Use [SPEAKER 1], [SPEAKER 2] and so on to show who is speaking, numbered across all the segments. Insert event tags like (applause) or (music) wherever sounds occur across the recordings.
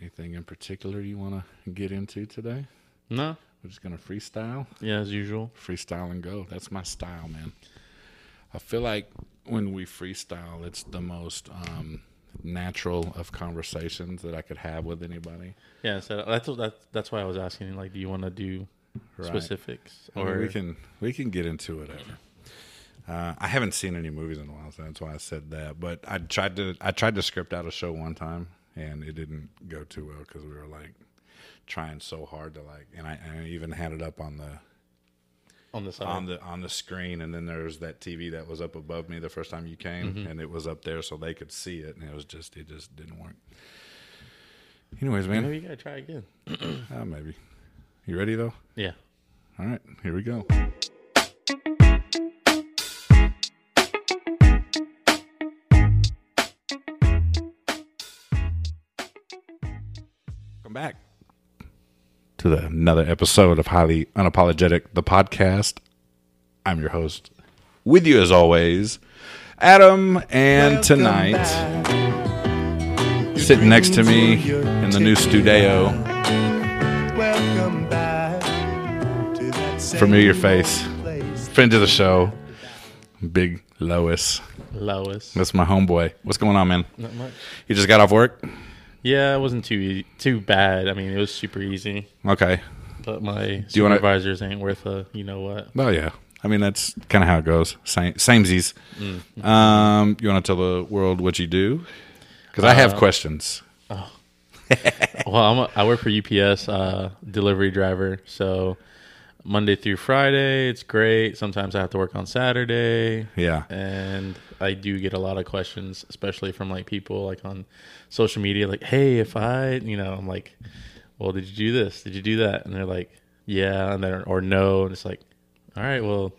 [SPEAKER 1] Anything in particular you want to get into today?
[SPEAKER 2] No.
[SPEAKER 1] We're just going to freestyle.
[SPEAKER 2] Yeah, as usual.
[SPEAKER 1] Freestyle and go. That's my style, man. I feel like when we freestyle, it's the most um, natural of conversations that I could have with anybody.
[SPEAKER 2] Yeah, so that's that's that's why I was asking. Like, do you want to do
[SPEAKER 1] Right.
[SPEAKER 2] specifics
[SPEAKER 1] I mean,
[SPEAKER 2] or
[SPEAKER 1] we can we can get into it ever. Uh, I haven't seen any movies in a while, so that's why I said that. But I tried to I tried to script out a show one time, and it didn't go too well because we were like trying so hard to like, and I, and I even had it up on the
[SPEAKER 2] on the side?
[SPEAKER 1] on the on the screen, and then there's that TV that was up above me the first time you came, and it was up there so they could see it, and it was just it just didn't work. Anyways, man,
[SPEAKER 2] Maybe you gotta try again.
[SPEAKER 1] uh, maybe you ready though?
[SPEAKER 2] Yeah.
[SPEAKER 1] All right, here we go. Come back to the, another episode of Highly Unapologetic, the podcast. I'm your host, with you as always, Adam, and tonight, sitting next to me in the new studio.
[SPEAKER 3] Welcome back to that same
[SPEAKER 1] Familiar face.
[SPEAKER 3] old place.
[SPEAKER 1] friend of the show, Big Lois.
[SPEAKER 2] Lois.
[SPEAKER 1] That's my homeboy. What's going on, man?
[SPEAKER 2] Not much.
[SPEAKER 1] You just got off work?
[SPEAKER 2] Yeah, it wasn't too e- too bad. I mean, it was super easy.
[SPEAKER 1] Okay.
[SPEAKER 2] But my
[SPEAKER 1] you wanna-
[SPEAKER 2] supervisors ain't worth a you know what.
[SPEAKER 1] Oh yeah. I mean that's kind of how it goes. Same, samesies. Um, you want to tell the world what you do? Because I have questions.
[SPEAKER 2] Well, I'm a, I work for UPS, uh, delivery driver. So Monday through Friday, it's great. Sometimes I have to work on Saturday.
[SPEAKER 1] Yeah.
[SPEAKER 2] and I do get a lot of questions, especially from like people like on social media, like, "Hey, if I, you know, I'm like, well, did you do this? Did you do that?" And they're like, "Yeah," and then or no, and it's like, "All right, well,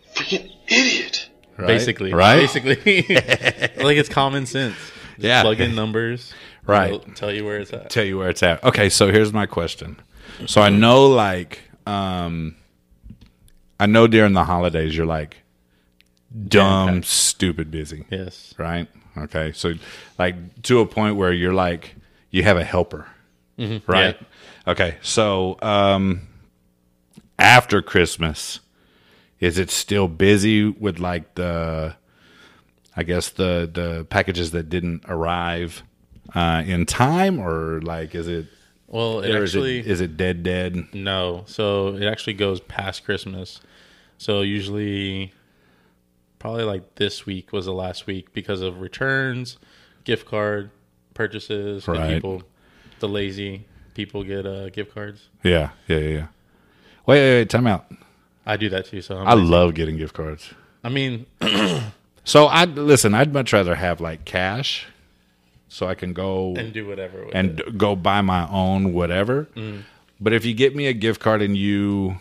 [SPEAKER 1] Right?
[SPEAKER 2] basically,
[SPEAKER 1] Right.
[SPEAKER 2] Basically,
[SPEAKER 1] (laughs)
[SPEAKER 2] (laughs) like it's common sense. Just
[SPEAKER 1] Yeah.
[SPEAKER 2] plug in numbers,
[SPEAKER 1] Right.
[SPEAKER 2] They'll Tell you where it's at.
[SPEAKER 1] tell you where it's at. Okay, so here's my question. So I know like um I know during the holidays you're like dumb, stupid busy.
[SPEAKER 2] Yes,
[SPEAKER 1] right? Okay, so like to a point where you're like you have a helper, right? Okay, so um, after Christmas, is it still busy with like the, I guess the the packages that didn't arrive uh, in time, or like is it?
[SPEAKER 2] Well, it
[SPEAKER 1] or is
[SPEAKER 2] actually
[SPEAKER 1] it, is it dead dead?
[SPEAKER 2] No. So it actually goes past Christmas. So usually, probably like this week was the last week because of returns, gift card purchases. 'cause
[SPEAKER 1] Right.
[SPEAKER 2] People, the lazy people get uh, gift cards.
[SPEAKER 1] Yeah, yeah, yeah. yeah. Wait, wait, wait, time out.
[SPEAKER 2] I do that too. So I'm,
[SPEAKER 1] I
[SPEAKER 2] I,
[SPEAKER 1] love getting gift cards.
[SPEAKER 2] mean,
[SPEAKER 1] So I listen. I'd much rather have like cash, so I can go
[SPEAKER 2] and do whatever. With
[SPEAKER 1] and go buy my own whatever.
[SPEAKER 2] Mm.
[SPEAKER 1] But if you get me a gift card and you,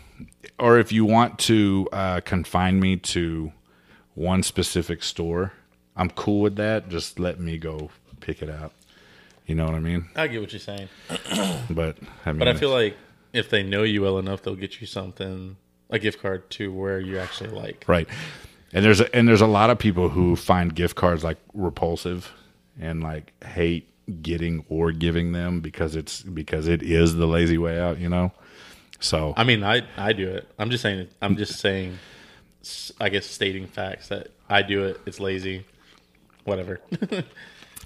[SPEAKER 1] or if you want to uh, confine me to one specific store, I'm cool with that. Just let me go pick it out. You know what I mean?
[SPEAKER 2] it. I get what you're saying,
[SPEAKER 1] But I mean,
[SPEAKER 2] but I feel like if they know you well enough, they'll get you something, a gift card to where you actually like.
[SPEAKER 1] right. And there's a, and there's a lot of people who find gift cards like repulsive and like hate getting or giving them because it's because it is the lazy way out. You know. So
[SPEAKER 2] I mean, I I do it. I'm just saying. I'm just saying. s- I guess stating facts that I do it. It's lazy. Whatever. (laughs)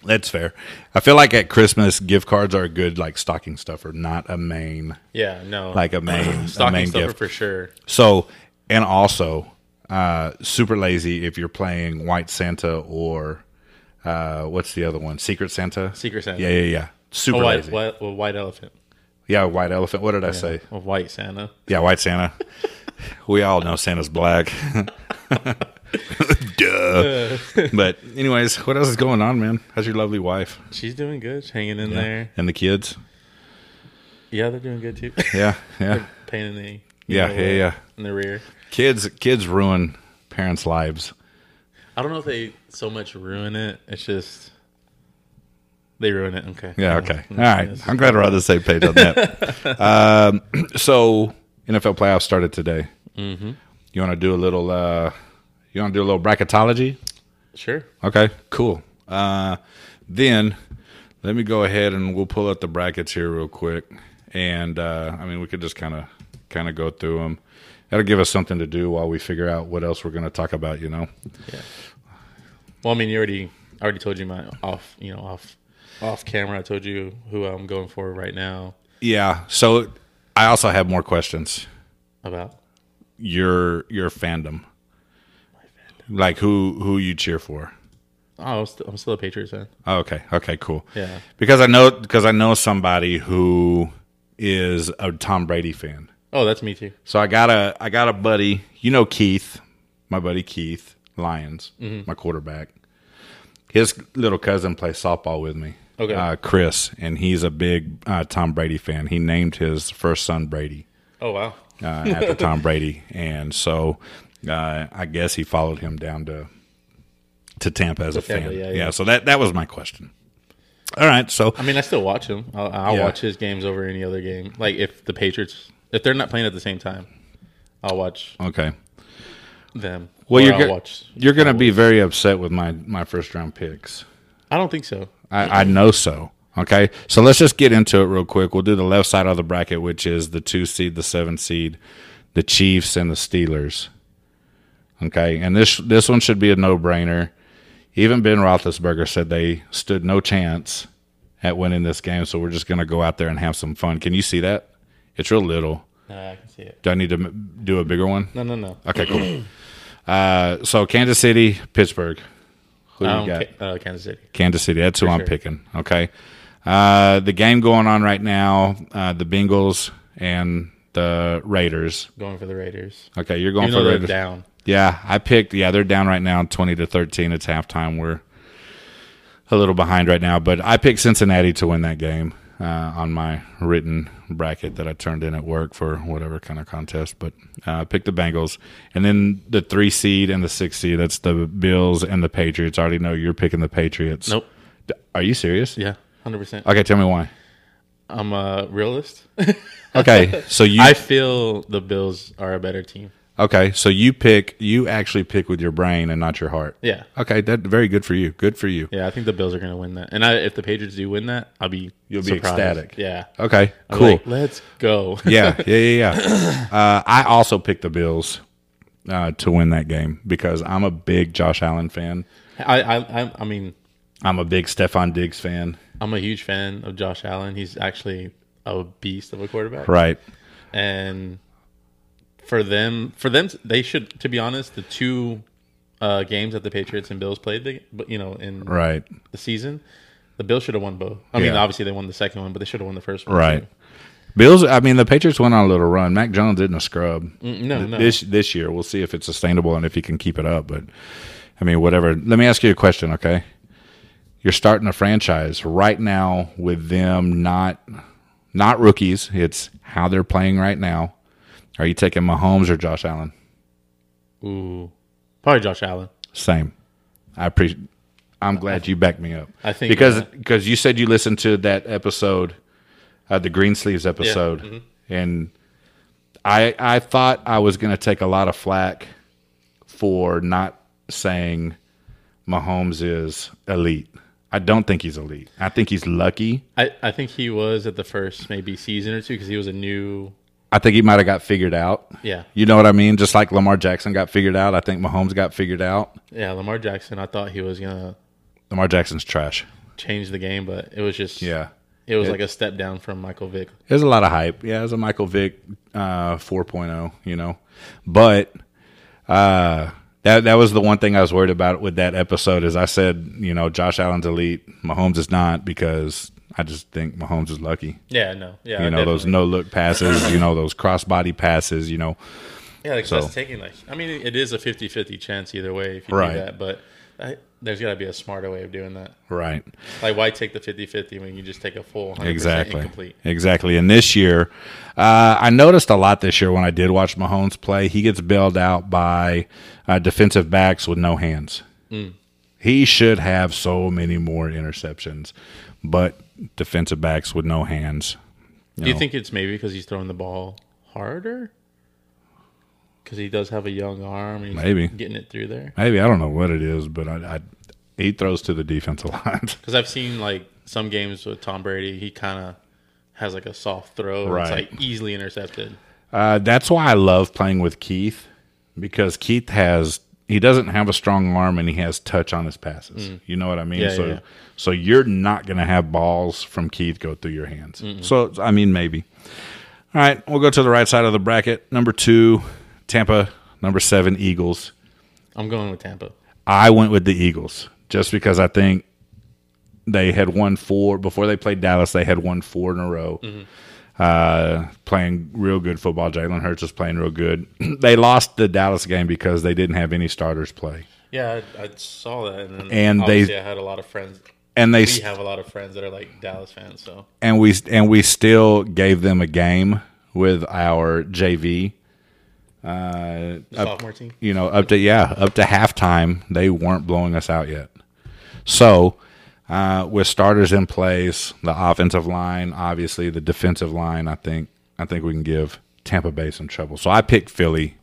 [SPEAKER 1] That's fair. I feel like at Christmas, gift cards are a good like stocking stuffer, not a main
[SPEAKER 2] yeah. No.
[SPEAKER 1] like a (clears throat) main a
[SPEAKER 2] stocking
[SPEAKER 1] main
[SPEAKER 2] stuffer
[SPEAKER 1] gift.
[SPEAKER 2] for sure.
[SPEAKER 1] So, and also, uh, super lazy if you're playing White Santa or uh, what's the other one? Secret Santa.
[SPEAKER 2] Secret Santa.
[SPEAKER 1] Yeah, yeah, yeah. Super
[SPEAKER 2] A white,
[SPEAKER 1] lazy.
[SPEAKER 2] white, a white elephant.
[SPEAKER 1] Yeah, White Elephant. What did I say?
[SPEAKER 2] A white Santa.
[SPEAKER 1] Yeah, White Santa. we all know Santa's black. (laughs) Duh. but anyways, what else is going on, man? How's your lovely wife
[SPEAKER 2] She's doing good. She's hanging in there.
[SPEAKER 1] and the kids?
[SPEAKER 2] Yeah, they're doing
[SPEAKER 1] (laughs)
[SPEAKER 2] good too.
[SPEAKER 1] Yeah, yeah.
[SPEAKER 2] Pain in the. you
[SPEAKER 1] Yeah,
[SPEAKER 2] know,
[SPEAKER 1] yeah, yeah.
[SPEAKER 2] In the rear.
[SPEAKER 1] Kids, kids ruin parents' lives.
[SPEAKER 2] I don't know if they so much ruin it. It's just they ruin it. Okay.
[SPEAKER 1] Yeah. Okay. All right. I'm glad we're on the same page on that. (laughs) um, so NFL playoffs started today. Mm-hmm. You want to do a little? Uh, you want to do a little bracketology?
[SPEAKER 2] Sure.
[SPEAKER 1] Okay. Cool. Uh, then Let me go ahead and we'll pull up the brackets here real quick, and uh, I mean we could just kind of kind of go through them. That'll give us something to do while we figure out what else we're going to talk about. You know.
[SPEAKER 2] Well, I mean, you already I already told you my off, you know, off off camera. I told you who I'm going for right now.
[SPEAKER 1] Yeah. So I also have more questions.
[SPEAKER 2] About
[SPEAKER 1] Your your fandom. Like who who you cheer for?
[SPEAKER 2] oh, I'm still, I'm still a Patriots fan.
[SPEAKER 1] Oh, okay. Okay. Cool.
[SPEAKER 2] Yeah.
[SPEAKER 1] Because I know because I know somebody who is a Tom Brady fan.
[SPEAKER 2] Oh, that's me too.
[SPEAKER 1] So I got a I got a buddy. You know Keith, my buddy Keith Lyons,
[SPEAKER 2] Mm-hmm.
[SPEAKER 1] my quarterback. His little cousin plays softball with me.
[SPEAKER 2] Okay.
[SPEAKER 1] Uh, Chris, and he's a big uh, Tom Brady fan. He named his first son Brady
[SPEAKER 2] Oh wow.
[SPEAKER 1] uh,
[SPEAKER 2] (laughs)
[SPEAKER 1] after Tom Brady, and so uh, I guess he followed him down to to Tampa as a
[SPEAKER 2] Tampa,
[SPEAKER 1] fan.
[SPEAKER 2] yeah,
[SPEAKER 1] Yeah,
[SPEAKER 2] yeah.
[SPEAKER 1] So that that was my question. All right, so
[SPEAKER 2] I mean, I still watch him. I'll, I'll
[SPEAKER 1] Yeah.
[SPEAKER 2] watch his games over any other game. Like if the Patriots, if they're not playing at the same time, I'll watch
[SPEAKER 1] okay.
[SPEAKER 2] them.
[SPEAKER 1] Well,
[SPEAKER 2] Or
[SPEAKER 1] you're
[SPEAKER 2] I'll
[SPEAKER 1] go-
[SPEAKER 2] watch.
[SPEAKER 1] you're going to be very upset with my my first round picks.
[SPEAKER 2] I don't think so.
[SPEAKER 1] I, I know so. Okay. So let's just get into it real quick. We'll do the left side of the bracket, which is the two seed, the seven seed, the Chiefs, and the Steelers. Okay. And this this one should be a no brainer. Even Ben Roethlisberger said they stood no chance at winning this game. So we're just going to go out there and have some fun. Can you see that? It's real little.
[SPEAKER 2] Nah, I can see it.
[SPEAKER 1] Do I need to m- do a bigger one?
[SPEAKER 2] No, no, no.
[SPEAKER 1] Okay, cool. (clears throat) Uh, so Kansas City, Pittsburgh. Who do
[SPEAKER 2] I
[SPEAKER 1] you
[SPEAKER 2] don't
[SPEAKER 1] got?
[SPEAKER 2] ca- uh, Kansas City.
[SPEAKER 1] Kansas City. That's who I'm
[SPEAKER 2] sure.
[SPEAKER 1] picking. Okay. Uh, the game going on right now, uh, the Bengals and the Raiders.
[SPEAKER 2] Going for the Raiders.
[SPEAKER 1] Okay, you're going
[SPEAKER 2] Even though
[SPEAKER 1] for the
[SPEAKER 2] they're
[SPEAKER 1] Raiders.
[SPEAKER 2] down.
[SPEAKER 1] Yeah, I picked. Yeah, they're down right now, twenty to thirteen. It's halftime. We're a little behind right now, but I picked Cincinnati to win that game uh, on my written bracket that I turned in at work for whatever kind of contest. But uh, I picked the Bengals, and then the three seed and the six seed. That's the Bills and the Patriots. I already know you're picking the Patriots.
[SPEAKER 2] Nope.
[SPEAKER 1] D- Are you serious?
[SPEAKER 2] Yeah, hundred percent.
[SPEAKER 1] Okay, tell me why.
[SPEAKER 2] I'm a realist. (laughs)
[SPEAKER 1] Okay, so you
[SPEAKER 2] I feel the Bills are a better team.
[SPEAKER 1] okay, so you pick you actually pick with your brain and not your heart.
[SPEAKER 2] Yeah,
[SPEAKER 1] Okay, that very good for you. Good for you.
[SPEAKER 2] yeah. I think the Bills are going to win that. And I, if the Patriots do win that, I'll be
[SPEAKER 1] You'll be
[SPEAKER 2] surprised.
[SPEAKER 1] ecstatic.
[SPEAKER 2] Yeah.
[SPEAKER 1] Okay,
[SPEAKER 2] I'm
[SPEAKER 1] cool.
[SPEAKER 2] like, Let's go.
[SPEAKER 1] yeah, yeah, yeah, yeah. (coughs) Uh, I also picked the Bills uh, to win that game because I'm a big Josh Allen fan.
[SPEAKER 2] (laughs) I, I, I, I mean,
[SPEAKER 1] I'm a big Stefan Diggs fan.
[SPEAKER 2] I'm a huge fan of Josh Allen. He's actually a beast of a quarterback.
[SPEAKER 1] Right.
[SPEAKER 2] And for them, for them, they should. To be honest, the two uh, games that the Patriots and Bills played, the, but you know, in
[SPEAKER 1] Right.
[SPEAKER 2] the season, the Bills should have won both. I mean,
[SPEAKER 1] Yeah.
[SPEAKER 2] obviously they won the second one, but they should have won the first one.
[SPEAKER 1] Right.
[SPEAKER 2] too.
[SPEAKER 1] Bills. I mean, the Patriots went on a little run. Mac Jones isn't a scrub
[SPEAKER 2] Mm, No, no.
[SPEAKER 1] this this year. We'll see if it's sustainable and if he can keep it up. But I mean, whatever. Let me ask you a question, okay? You're starting a franchise right now with them not not rookies. It's how they're playing right now. Are you taking Mahomes or Josh Allen?
[SPEAKER 2] Ooh, probably Josh Allen.
[SPEAKER 1] Same. I appreciate. I'm glad you backed me up.
[SPEAKER 2] I think,
[SPEAKER 1] because
[SPEAKER 2] uh,
[SPEAKER 1] because you said you listened to that episode, uh, the Green Sleeves episode,
[SPEAKER 2] mm-hmm.
[SPEAKER 1] and I I thought I was going to take a lot of flack for not saying Mahomes is elite. I don't think he's elite. I think he's lucky.
[SPEAKER 2] I, I think he was at the first maybe season or two because he was a new.
[SPEAKER 1] I think he might have got figured out.
[SPEAKER 2] Yeah,
[SPEAKER 1] You know what I mean? Just like Lamar Jackson got figured out, I think Mahomes got figured out.
[SPEAKER 2] yeah. Lamar Jackson. I thought he was gonna
[SPEAKER 1] Lamar Jackson's trash.
[SPEAKER 2] change the game, but it was just
[SPEAKER 1] Yeah.
[SPEAKER 2] It was like a step down from Michael Vick.
[SPEAKER 1] There's a lot of hype. Yeah, it's a Michael Vick uh, 4.0, you know. But uh, that that was the one thing I was worried about with that episode is I said, you know, Josh Allen's elite, Mahomes is not because I just think Mahomes is lucky.
[SPEAKER 2] Yeah, no, yeah,
[SPEAKER 1] You know, those no look passes, you know, those crossbody passes, you know.
[SPEAKER 2] yeah, like
[SPEAKER 1] so-
[SPEAKER 2] that's taking like I mean, it is a 50-50 chance either way if you
[SPEAKER 1] Right.
[SPEAKER 2] do that, but I, there's got to be a smarter way of doing that.
[SPEAKER 1] Right.
[SPEAKER 2] Like, why take the 50-50 when you just take a full 100%
[SPEAKER 1] Exactly.
[SPEAKER 2] incomplete?
[SPEAKER 1] Exactly. And this year, uh, I noticed a lot this year when I did watch Mahomes play. He gets bailed out by uh, defensive backs with no hands. He should have so many more interceptions, but defensive backs with no hands.
[SPEAKER 2] Do you think it's maybe because he's throwing the ball harder? Because he does have a young arm, and he's
[SPEAKER 1] Maybe.
[SPEAKER 2] getting it through there.
[SPEAKER 1] Maybe I don't know what it is, but I, I he throws to the defense a lot. (laughs)
[SPEAKER 2] Because I've seen like some games with Tom Brady, he kind of has like a soft throw. and
[SPEAKER 1] Right.
[SPEAKER 2] It's like easily intercepted.
[SPEAKER 1] Uh, that's why I love playing with Keith because Keith has he doesn't have a strong arm and he has touch on his passes. You know what I mean?
[SPEAKER 2] Mm. Yeah,
[SPEAKER 1] so
[SPEAKER 2] yeah.
[SPEAKER 1] so you're not going to have balls from Keith go through your hands. So I mean maybe. All right, we'll go to the right side of the bracket. Number 2, Tampa, number 7 Eagles.
[SPEAKER 2] I'm going with Tampa.
[SPEAKER 1] I went with the Eagles just because I think they had won four before they played Dallas. They had won four in a row,
[SPEAKER 2] Mm-hmm.
[SPEAKER 1] uh, playing real good football. Jalen Hurts was playing real good. (clears throat) they lost the Dallas game because they didn't have any starters play,
[SPEAKER 2] Yeah, I, I saw that, and, then
[SPEAKER 1] And they-
[SPEAKER 2] obviously I had a lot of friends.
[SPEAKER 1] and they
[SPEAKER 2] We
[SPEAKER 1] st-
[SPEAKER 2] have a lot of friends that are like Dallas fans, so
[SPEAKER 1] and we and we still gave them a game with our JV. Uh,
[SPEAKER 2] the sophomore team.
[SPEAKER 1] you know, up to yeah, up to halftime, they weren't blowing us out yet. So, uh, with starters in place, the offensive line, obviously the defensive line, I think I think we can give Tampa Bay some trouble. So I picked Philly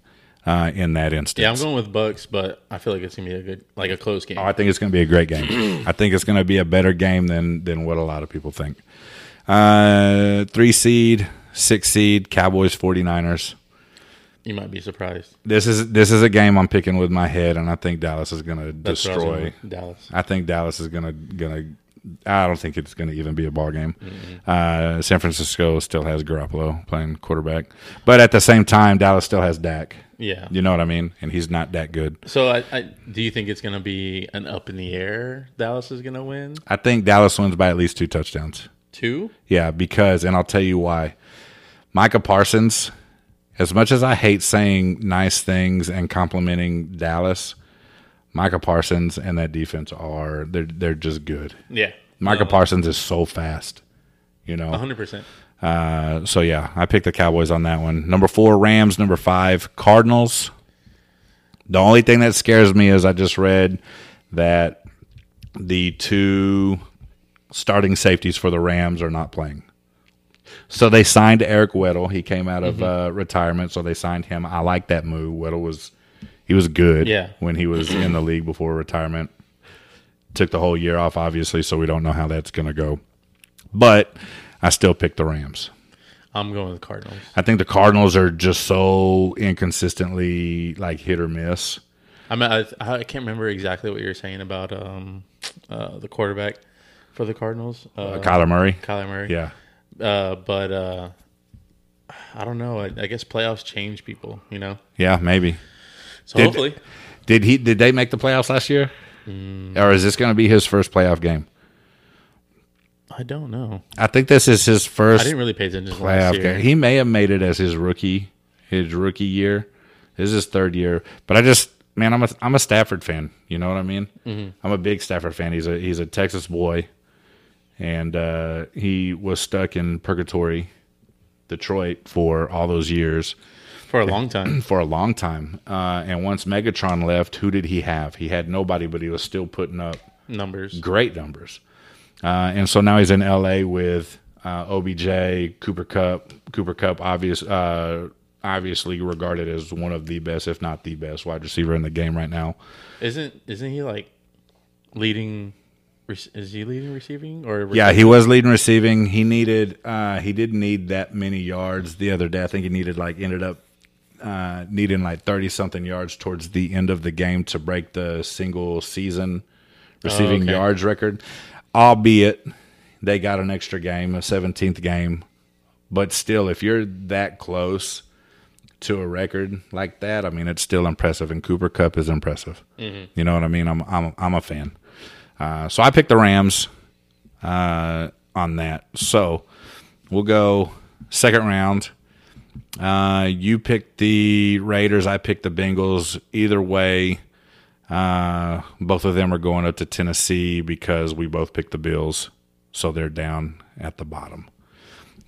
[SPEAKER 1] uh, in that instance.
[SPEAKER 2] Yeah, I'm going with Bucks, but I feel like it's gonna be a good, like a close game.
[SPEAKER 1] I think it's going to be a great
[SPEAKER 2] (clears throat)
[SPEAKER 1] game. I think it's going to be a better game than than what a lot of people think. Uh, three seed, six seed, Cowboys, 49ers.
[SPEAKER 2] You might be surprised.
[SPEAKER 1] This is this is a game I'm picking with my head, and I think Dallas is going to
[SPEAKER 2] That's what I was
[SPEAKER 1] destroy.
[SPEAKER 2] going with, Dallas.
[SPEAKER 1] I think Dallas is gonna gonna. I don't think it's gonna even be a ball game. Uh, San Francisco still has Garoppolo playing quarterback, but at the same time, Dallas still has Dak.
[SPEAKER 2] Yeah.
[SPEAKER 1] You know what I mean? And he's not that good.
[SPEAKER 2] So, I, I do you think it's gonna be an up in the air? Dallas is gonna win
[SPEAKER 1] I think Dallas wins by at least two touchdowns.
[SPEAKER 2] two.
[SPEAKER 1] Yeah, because and I'll tell you why. Micah Parsons, as much as I hate saying nice things and complimenting Dallas, Micah Parsons and that defense are they're they're just good.
[SPEAKER 2] Yeah,
[SPEAKER 1] Micah Parsons is so fast. You know,
[SPEAKER 2] 100. percent
[SPEAKER 1] Uh, so yeah, I picked the Cowboys on that one. Number four, Rams. Number five, Cardinals. The only thing that scares me is I just read that the two starting safeties for the Rams are not playing. So they signed Eric Weddle. He came out of uh, retirement, so they signed him. I like that move. Weddle was he was good
[SPEAKER 2] Yeah.
[SPEAKER 1] when he was in the league before retirement. Took the whole year off, obviously, so we don't know how that's going to go. But I still picked the Rams.
[SPEAKER 2] I'm going with Cardinals.
[SPEAKER 1] I think the Cardinals are just so inconsistently like hit or miss.
[SPEAKER 2] I mean, I, I can't remember exactly what you were saying about um, uh, the quarterback for the Cardinals, uh,
[SPEAKER 1] Kyler Murray.
[SPEAKER 2] Kyler Murray.
[SPEAKER 1] Yeah.
[SPEAKER 2] uh, but uh, I don't know. I, I guess playoffs change people, you know.
[SPEAKER 1] Yeah, maybe.
[SPEAKER 2] So
[SPEAKER 1] Did-
[SPEAKER 2] hopefully,
[SPEAKER 1] Did he did they make the playoffs last year?
[SPEAKER 2] Mm.
[SPEAKER 1] Or is this going to be his first playoff game?
[SPEAKER 2] I don't know.
[SPEAKER 1] I think this is his
[SPEAKER 2] I
[SPEAKER 1] first
[SPEAKER 2] didn't really pay attention to
[SPEAKER 1] playoff
[SPEAKER 2] last year.
[SPEAKER 1] game. He may have made it as his rookie his rookie year. This is his third year, but I just man, I'm a I'm a Stafford fan. You know what I mean?
[SPEAKER 2] Mm-hmm.
[SPEAKER 1] I'm a big Stafford fan. He's a he's a Texas boy, and uh, he was stuck in purgatory, Detroit for all those years
[SPEAKER 2] for a long time. (clears throat)
[SPEAKER 1] for a long time. Uh, and once Megatron left, who did he have? He had nobody, but he was still putting up
[SPEAKER 2] Numbers.
[SPEAKER 1] great numbers. Uh, and so now he's in LA with uh, OBJ, Cooper Cup. Cooper Cup, obvious, uh, obviously regarded as one of the best, if not the best, wide receiver in the game right now.
[SPEAKER 2] Isn't isn't he like leading? rec- Is he leading receiving or
[SPEAKER 1] Yeah, he was leading receiving. He needed, uh, he didn't need that many yards the other day. I think he needed like ended up uh, needing like thirty something yards towards the end of the game to break the single season receiving
[SPEAKER 2] okay.
[SPEAKER 1] yards record. Albeit they got an extra game, a seventeenth game, but still, if you're that close to a record like that, I mean, it's still impressive. And Cooper Cup is impressive. You know what I mean? I'm I'm I'm a fan. Uh, so I picked the Rams uh, on that. So we'll go second round. Uh, you picked the Raiders. I picked the Bengals. Either way, uh, both of them are going up to Tennessee because we both picked the Bills, so they're down at the bottom.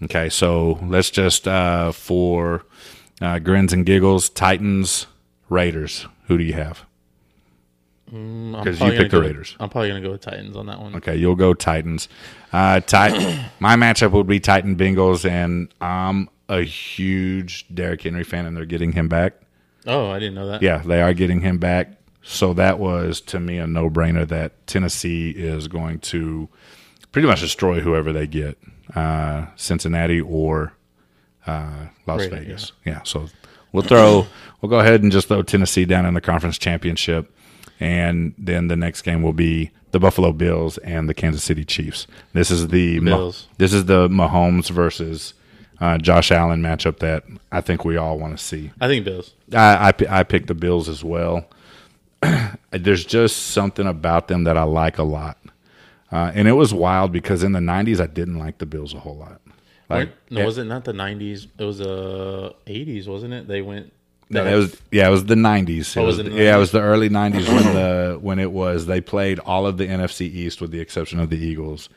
[SPEAKER 1] Okay, so let's just uh, for uh, grins and giggles, Titans, Raiders. Who do you have?
[SPEAKER 2] Because
[SPEAKER 1] you picked the Raiders.
[SPEAKER 2] I'm probably gonna go with Titans on that one.
[SPEAKER 1] Okay, you'll go Titans. Uh, Titan. (coughs) my matchup would be Titan Bengals, and I'm a huge Derrick Henry fan, and they're getting him back.
[SPEAKER 2] Oh, I didn't know that.
[SPEAKER 1] Yeah, they are getting him back. So that was to me a no brainer that Tennessee is going to pretty much destroy whoever they get, uh, Cincinnati or uh, Las
[SPEAKER 2] Right,
[SPEAKER 1] Vegas. Yeah. so we'll throw (clears throat) we'll go ahead and just throw Tennessee down in the conference championship, and then the next game will be the Buffalo Bills and the Kansas City Chiefs. This is the Ma-
[SPEAKER 2] Bills.
[SPEAKER 1] this is the Mahomes versus uh, Josh Allen matchup that I think we all want to see.
[SPEAKER 2] I think Bills.
[SPEAKER 1] I, I, pi- I picked the Bills as well. (clears throat) There's just something about them that I like a lot. Uh, and it was wild because in the 90s, I didn't like the Bills a whole lot. Like,
[SPEAKER 2] no, was it not the '90s? It was the '80s, wasn't it? They went.
[SPEAKER 1] no, it was yeah, it was the 90s. It
[SPEAKER 2] Oh, was
[SPEAKER 1] was-
[SPEAKER 2] it the
[SPEAKER 1] yeah, it was the early 90s when
[SPEAKER 2] (clears throat)
[SPEAKER 1] the when it was they played all of the NFC East with the exception of the Eagles.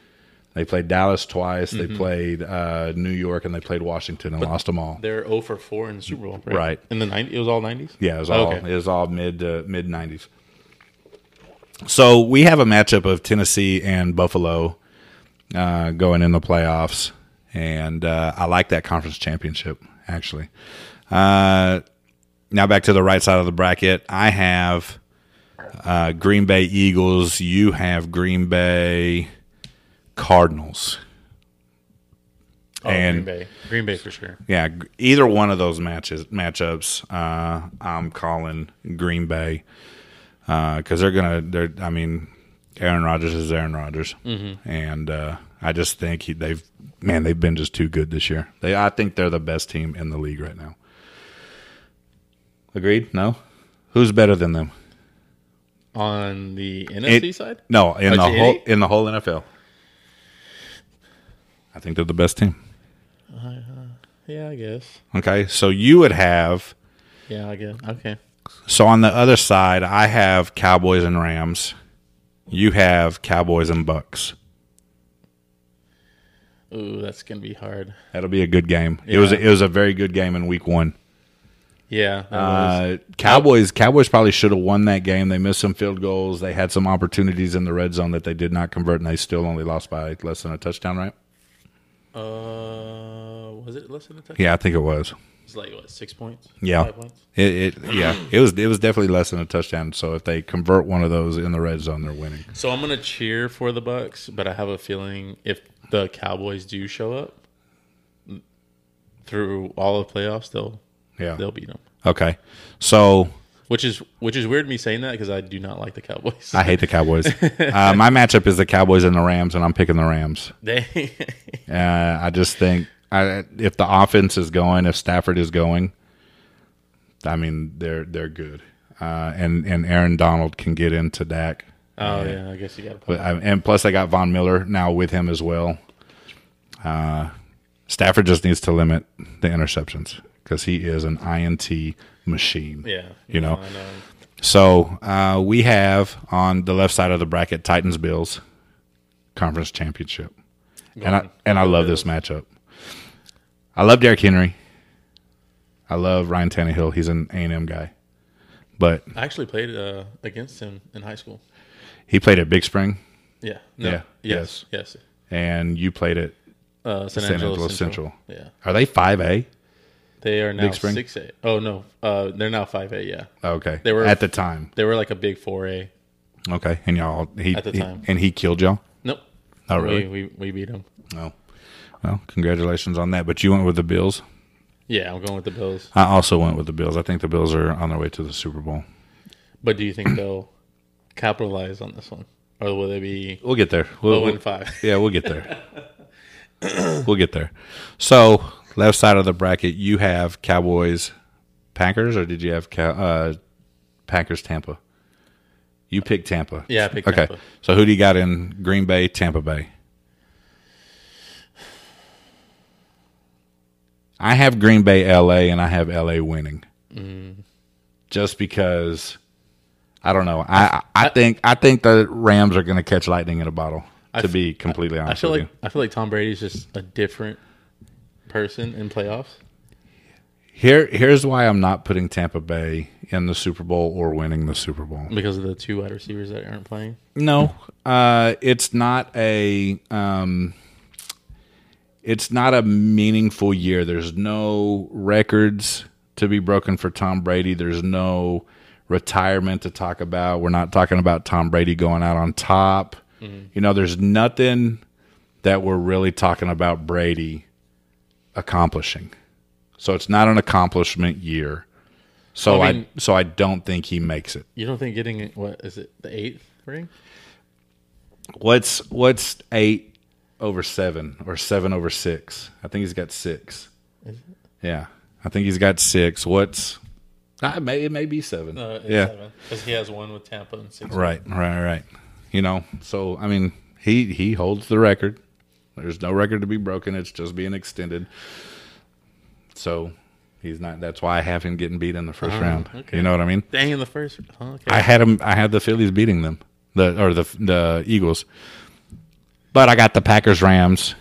[SPEAKER 1] They played Dallas twice,
[SPEAKER 2] Mm-hmm.
[SPEAKER 1] they played uh, New York, and they played Washington and lost them all.
[SPEAKER 2] They're 0 for 4 in the Super Bowl, right?
[SPEAKER 1] Right.
[SPEAKER 2] In the 90s, it was all 90s.
[SPEAKER 1] Yeah, it was
[SPEAKER 2] Oh,
[SPEAKER 1] all
[SPEAKER 2] okay.
[SPEAKER 1] it was all mid uh, mid nineties. So we have a matchup of Tennessee and Buffalo uh, going in the playoffs, and uh, I like that conference championship actually. Uh, now back to the right side of the bracket, I have uh, Green Bay Eagles. You have Green Bay Cardinals.
[SPEAKER 2] Oh,
[SPEAKER 1] and-
[SPEAKER 2] Green Bay, Green Bay for sure.
[SPEAKER 1] Yeah, g- either one of those matches matchups, uh, I'm calling Green Bay because they're gonna. They're. I mean, Aaron Rodgers is Aaron Rodgers, and uh, I just think he, they've man they've been just too good this year. They I think they're the best team in the league right now. Agreed? No. Who's better than them?
[SPEAKER 2] On the NFC
[SPEAKER 1] It-
[SPEAKER 2] side,
[SPEAKER 1] No, in
[SPEAKER 2] Oh,
[SPEAKER 1] the
[SPEAKER 2] Jay?
[SPEAKER 1] whole in the whole NFL. I think they're the best team.
[SPEAKER 2] yeah, I guess.
[SPEAKER 1] Okay, so you would have
[SPEAKER 2] Yeah, I guess. Okay.
[SPEAKER 1] So on the other side, I have Cowboys and Rams. You have Cowboys and Bucks.
[SPEAKER 2] Ooh, that's gonna be hard.
[SPEAKER 1] That'll be a good game. It was
[SPEAKER 2] Yeah.
[SPEAKER 1] it was a very good game in week one.
[SPEAKER 2] Yeah. that was-
[SPEAKER 1] Uh, Cowboys Cowboys probably should have won that game. They missed some field goals. They had some opportunities in the red zone that they did not convert, and they still only lost by less than a touchdown. Right?
[SPEAKER 2] uh, was it less than a touchdown?
[SPEAKER 1] Yeah, I think it was.
[SPEAKER 2] It was like what six points?
[SPEAKER 1] Yeah,
[SPEAKER 2] Five points?
[SPEAKER 1] it, it yeah it was it was definitely less than a touchdown. So if they convert one of those in the red zone, they're winning.
[SPEAKER 2] So I'm gonna cheer for the Bucks, but I have a feeling if the Cowboys do show up through all of playoffs, they'll
[SPEAKER 1] Yeah.
[SPEAKER 2] they'll beat them.
[SPEAKER 1] Okay. So
[SPEAKER 2] Which is which is weird me saying that because I do not like the Cowboys.
[SPEAKER 1] I hate the Cowboys. uh, my matchup is the Cowboys and the Rams, and I'm picking the Rams. (laughs)
[SPEAKER 2] they (laughs)
[SPEAKER 1] Uh, I just think I, if the offense is going, if Stafford is going, I mean they're they're good, uh, and and Aaron Donald can get into Dak,
[SPEAKER 2] oh yeah, I guess you got a
[SPEAKER 1] but
[SPEAKER 2] point.
[SPEAKER 1] I, and plus they got Von Miller now with him as well. Uh, Stafford just needs to limit the interceptions because he is an INT machine.
[SPEAKER 2] Yeah,
[SPEAKER 1] you know.
[SPEAKER 2] I
[SPEAKER 1] So uh, we have on the left side of the bracket Titans Bills conference championship, and I and I love this matchup. I love Derrick Henry. I love Ryan Tannehill. He's an A and M guy, but
[SPEAKER 2] I actually played uh, against him in high school.
[SPEAKER 1] he played at Big Spring,
[SPEAKER 2] Yeah. No.
[SPEAKER 1] Yeah,
[SPEAKER 2] Yes. Yes.
[SPEAKER 1] and you played at.
[SPEAKER 2] Uh, San,
[SPEAKER 1] San
[SPEAKER 2] Angelo,
[SPEAKER 1] Angelo
[SPEAKER 2] Central.
[SPEAKER 1] Central.
[SPEAKER 2] Yeah.
[SPEAKER 1] Are they five A?
[SPEAKER 2] They are now
[SPEAKER 1] Big Spring?
[SPEAKER 2] six A. Oh no, uh, they're now five A. Yeah.
[SPEAKER 1] Oh, Okay,
[SPEAKER 2] They were-
[SPEAKER 1] at the time.
[SPEAKER 2] They were like a big four A.
[SPEAKER 1] Okay, and y'all he,
[SPEAKER 2] At the
[SPEAKER 1] he-
[SPEAKER 2] time.
[SPEAKER 1] and he killed y'all.
[SPEAKER 2] Nope.
[SPEAKER 1] Oh, really?
[SPEAKER 2] We, we we beat them.
[SPEAKER 1] No. Well, congratulations on that. But you went with the Bills.
[SPEAKER 2] Yeah, I'm going with the Bills.
[SPEAKER 1] I also went with the Bills. I think the Bills are on their way to the Super Bowl.
[SPEAKER 2] But do you think they'll (clears throat) capitalize on this one, or will they be
[SPEAKER 1] We'll get there. We'll,
[SPEAKER 2] zero
[SPEAKER 1] we'll-
[SPEAKER 2] Oh,
[SPEAKER 1] (laughs)
[SPEAKER 2] and five?
[SPEAKER 1] Yeah, we'll get
[SPEAKER 2] (laughs)
[SPEAKER 1] there. we'll get there. So, left side of the bracket, you have Cowboys, Packers, or did you have Cow- uh, Packers, Tampa? You picked Tampa.
[SPEAKER 2] Yeah, I picked
[SPEAKER 1] okay.
[SPEAKER 2] Tampa.
[SPEAKER 1] So, who do you got in Green Bay, Tampa Bay? I have Green Bay, LA, and I have LA winning. Just because. I don't know. I, I I think I think the Rams are going to catch lightning in a bottle. To
[SPEAKER 2] f-
[SPEAKER 1] be completely
[SPEAKER 2] I
[SPEAKER 1] honest,
[SPEAKER 2] feel
[SPEAKER 1] with
[SPEAKER 2] like
[SPEAKER 1] you.
[SPEAKER 2] I feel like Tom Brady's just a different person in playoffs.
[SPEAKER 1] Here, here's why I'm not putting Tampa Bay in the Super Bowl or winning the Super Bowl.
[SPEAKER 2] Because of the two wide receivers that aren't playing,
[SPEAKER 1] No, uh, it's not a, um, it's not a meaningful year. There's no records to be broken for Tom Brady. There's no retirement to
[SPEAKER 2] Mm-hmm.
[SPEAKER 1] talk about. We're not talking about Tom Brady going out on top. You know, there's nothing that we're really talking about Brady accomplishing. So it's not an accomplishment year. So
[SPEAKER 2] I
[SPEAKER 1] I,
[SPEAKER 2] mean-
[SPEAKER 1] so I don't think he makes it.
[SPEAKER 2] You don't think getting it- what is it the eighth ring?
[SPEAKER 1] What's what's eight over seven or seven over six? I think he's got six. Yeah, I think he's got six. What's I may it may be seven.
[SPEAKER 2] Uh.
[SPEAKER 1] yeah,
[SPEAKER 2] because he has one with Tampa and six.
[SPEAKER 1] right, right, right. You know, so I mean, he he holds the record. There's no record to be broken. It's just being extended. So he's not. That's why I have him getting beat in the first round.
[SPEAKER 2] okay.
[SPEAKER 1] You know what I mean?
[SPEAKER 2] Dang, in the first. huh, okay.
[SPEAKER 1] I had him. I had the Phillies beating them, the or the the Eagles. But I got the Packers Rams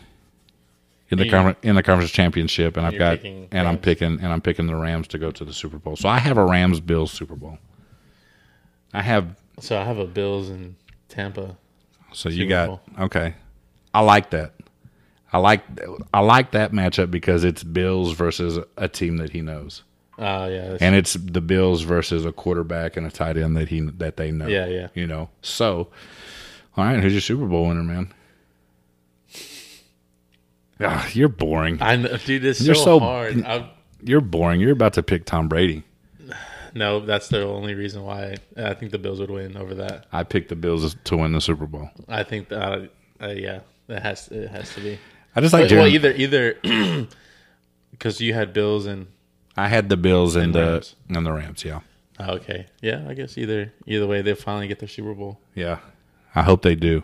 [SPEAKER 1] in the
[SPEAKER 2] And
[SPEAKER 1] confer- in the conference championship, and I've
[SPEAKER 2] you're
[SPEAKER 1] got
[SPEAKER 2] picking
[SPEAKER 1] and I'm
[SPEAKER 2] Rams.
[SPEAKER 1] picking and I'm picking the Rams to go to the Super Bowl. So I have a Rams Bills Super Bowl. I have
[SPEAKER 2] so I have a Bills and Tampa.
[SPEAKER 1] so you
[SPEAKER 2] Super
[SPEAKER 1] got
[SPEAKER 2] Bowl.
[SPEAKER 1] okay. I like that. I like I like that matchup because it's Bills versus a team that he knows,
[SPEAKER 2] Oh yeah, that's-
[SPEAKER 1] and it's the Bills versus a quarterback and a tight end that he that they know.
[SPEAKER 2] yeah, yeah.
[SPEAKER 1] You know. So, all right, who's your Super Bowl winner, man? Ah, you're boring.
[SPEAKER 2] I know, dude. It's so,
[SPEAKER 1] You're so-
[SPEAKER 2] hard. I,
[SPEAKER 1] You're boring. You're about to pick Tom Brady.
[SPEAKER 2] no, that's the only reason why I think the Bills would win over that.
[SPEAKER 1] I picked the Bills to win the Super Bowl.
[SPEAKER 2] I think that. Uh, yeah, it has. It has to be.
[SPEAKER 1] I just like
[SPEAKER 2] well,
[SPEAKER 1] Jeremy.
[SPEAKER 2] either either (clears throat) because you had Bills and
[SPEAKER 1] I had the Bills and,
[SPEAKER 2] And
[SPEAKER 1] the
[SPEAKER 2] Rams.
[SPEAKER 1] and the Rams. Yeah,
[SPEAKER 2] oh, okay, yeah. I guess either either way, they finally get their Super Bowl.
[SPEAKER 1] yeah. I hope they do.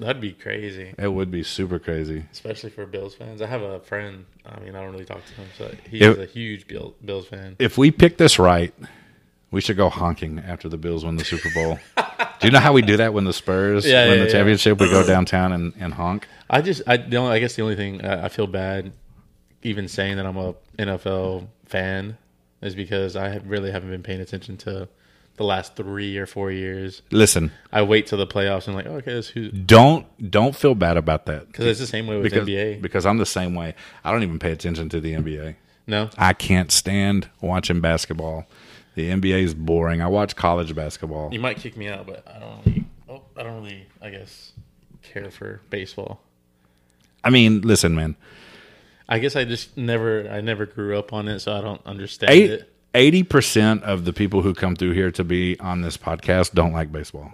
[SPEAKER 2] That'd be crazy,
[SPEAKER 1] It would be super crazy.
[SPEAKER 2] especially for Bills fans. I have a friend. I mean, I don't really talk to him, so he's
[SPEAKER 1] If-
[SPEAKER 2] a huge Bill, Bills fan.
[SPEAKER 1] If we pick this right, we should go honking after the Bills win the Super Bowl. do you know how we do that when the Spurs
[SPEAKER 2] Yeah,
[SPEAKER 1] win
[SPEAKER 2] yeah,
[SPEAKER 1] the
[SPEAKER 2] yeah.
[SPEAKER 1] championship? We go downtown and, and honk.
[SPEAKER 2] I just, I the only, I guess the only thing uh, I, I feel bad even saying that I'm a NFL fan is because I have, really haven't been paying attention to the last three or four years.
[SPEAKER 1] Listen,
[SPEAKER 2] I wait till the playoffs and I'm like, okay, this who
[SPEAKER 1] don't don't feel bad about that.
[SPEAKER 2] because it's the same way with
[SPEAKER 1] because,
[SPEAKER 2] NBA.
[SPEAKER 1] because I'm the same way. I don't even pay attention to the NBA.
[SPEAKER 2] no,
[SPEAKER 1] I can't stand watching basketball. The NBA is boring. I watch college basketball.
[SPEAKER 2] you might kick me out, but I don't really. Oh, I don't really. I guess care for baseball.
[SPEAKER 1] I mean, listen, man.
[SPEAKER 2] I guess I just never. I never grew up on it, so I don't understand
[SPEAKER 1] Eight,
[SPEAKER 2] it.
[SPEAKER 1] 80% of the people who come through here to be on this podcast don't like baseball.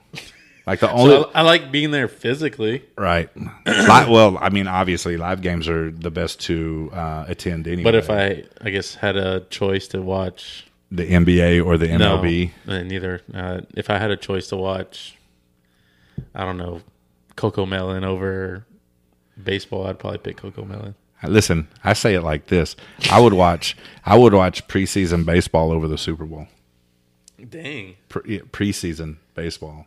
[SPEAKER 1] Like the only
[SPEAKER 2] (laughs) So I, I like being there physically,
[SPEAKER 1] right. (coughs) Li- well, I mean, obviously, live games are the best to uh, attend anyway.
[SPEAKER 2] but if I, I guess, had a choice to watch
[SPEAKER 1] the NBA or the
[SPEAKER 2] no,
[SPEAKER 1] MLB,
[SPEAKER 2] uh, neither. Uh, if I had a choice to watch, I don't know, Coco Melon over baseball, I'd probably pick Coco Melon.
[SPEAKER 1] listen, I say it like this: I would watch, I would watch preseason baseball over the Super Bowl.
[SPEAKER 2] Dang,
[SPEAKER 1] pre- preseason baseball.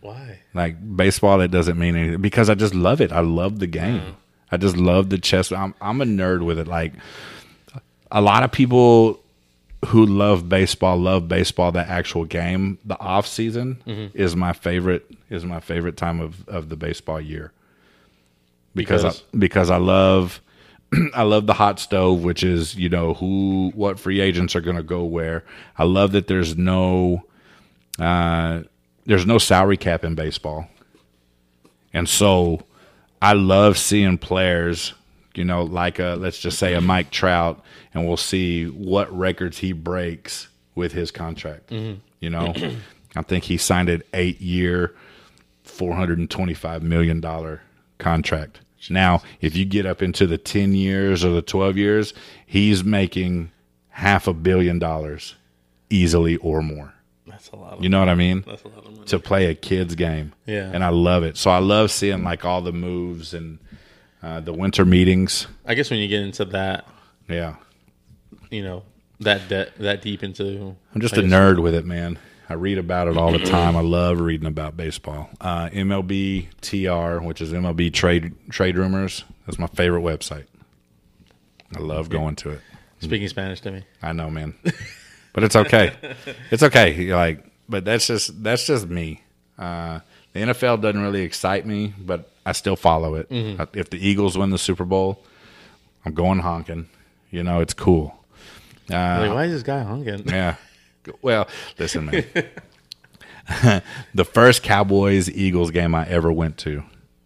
[SPEAKER 2] why?
[SPEAKER 1] Like baseball, it doesn't mean anything because I just love it. I love the game. I just love the chess. I'm I'm a nerd with it. Like a lot of people who love baseball love baseball. The actual game, the off season, is my favorite. Is my favorite time of of the baseball year because
[SPEAKER 2] Because-
[SPEAKER 1] I, because I love (clears throat) I love the hot stove, which is you know who what free agents are going to go where. I love that there's no uh, there's no salary cap in baseball, and so I love seeing players. You know, like a let's just say a Mike Trout, and we'll see what records he breaks with his contract. You know, I think he signed an eight year, four hundred and twenty five million dollar contract. Now, if you get up into the ten years or the twelve years, he's making half a billion dollars easily or more.
[SPEAKER 2] That's a lot. Of,
[SPEAKER 1] You know what I mean?
[SPEAKER 2] that's a lot of money.
[SPEAKER 1] To play a kid's game.
[SPEAKER 2] Yeah.
[SPEAKER 1] And I love it. So I love seeing like all the moves and uh, the winter meetings.
[SPEAKER 2] I guess when you get into that,
[SPEAKER 1] Yeah.
[SPEAKER 2] you know that de- that deep into
[SPEAKER 1] I'm just
[SPEAKER 2] I
[SPEAKER 1] a
[SPEAKER 2] guess-
[SPEAKER 1] nerd with it, man. I read about it all the time. I love reading about baseball. Uh, MLB TR, which is MLB trade trade rumors, that's my favorite website. I love going to it.
[SPEAKER 2] speaking Spanish to me.
[SPEAKER 1] I know, man, but it's okay. It's okay. You're like, but that's just that's just me. Uh, the NFL doesn't really excite me, but I still follow it. Uh, If the Eagles win the Super Bowl, I'm going honking. You know, it's cool.
[SPEAKER 2] Like, why is this guy honking?
[SPEAKER 1] Uh, Yeah. Well, listen, (laughs) man. the first Cowboys Eagles game I ever went to,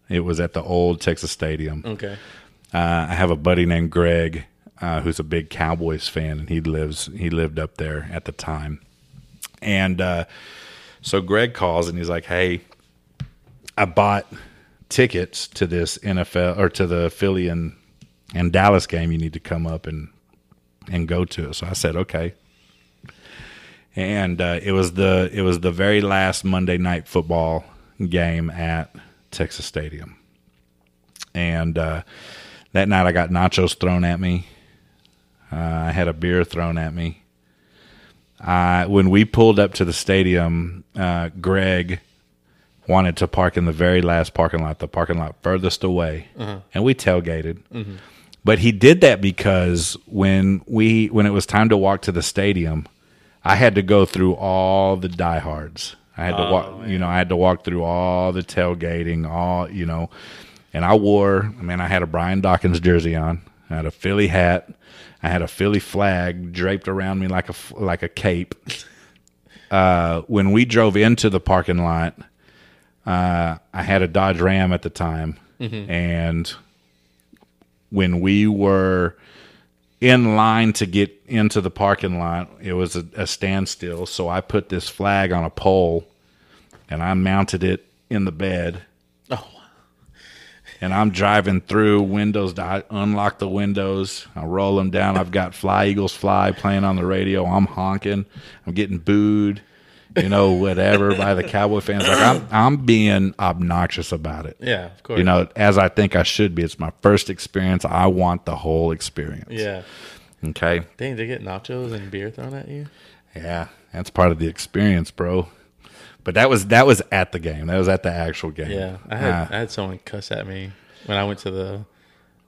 [SPEAKER 1] It was at the old Texas Stadium.
[SPEAKER 2] Okay.
[SPEAKER 1] Uh, I have a buddy named Greg uh, who's a big Cowboys fan, and he lives he lived up there at the time. And uh, so Greg calls and he's like, "Hey, I bought tickets to this NFL or to the Philly and and Dallas game. You need to come up and and go to it." So I said, "Okay." And uh, it was the it was the very last Monday night football game at Texas Stadium, and uh, that night I got nachos thrown at me. Uh, I had a beer thrown at me. I, when we pulled up to the stadium, uh, Greg wanted to park in the very last parking lot, the parking lot furthest away, and we tailgated. But he did that because when we when it was time to walk to the stadium, I had to go through all the diehards. I had to walk, you know, I had to walk through all the tailgating, all you know, and I wore. I mean, I had a Brian Dawkins jersey on. I had a Philly hat. I had a Philly flag draped around me like a f- like a cape. Uh, when we drove into the parking lot, uh, I had a Dodge Ram at the time, and when we were in line to get into the parking lot, it was a, a standstill. So I put this flag on a pole, and I mounted it in the bed
[SPEAKER 2] Oh,
[SPEAKER 1] and I'm driving through windows. to- I unlock the windows. I roll them down. I've got Fly Eagles Fly playing on the radio. I'm honking. I'm getting booed, you know, whatever by the Cowboy fans. Like I'm, I'm being obnoxious about it.
[SPEAKER 2] yeah, of course.
[SPEAKER 1] You know, as I think I should be. It's my first experience. I want the whole experience.
[SPEAKER 2] Yeah.
[SPEAKER 1] Okay.
[SPEAKER 2] Dang, they get nachos and beer thrown at you?
[SPEAKER 1] Yeah, that's part of the experience, bro. But that was that was at the game. That was at the actual game.
[SPEAKER 2] Yeah, I had
[SPEAKER 1] Uh,
[SPEAKER 2] I had someone cuss at me when I went to the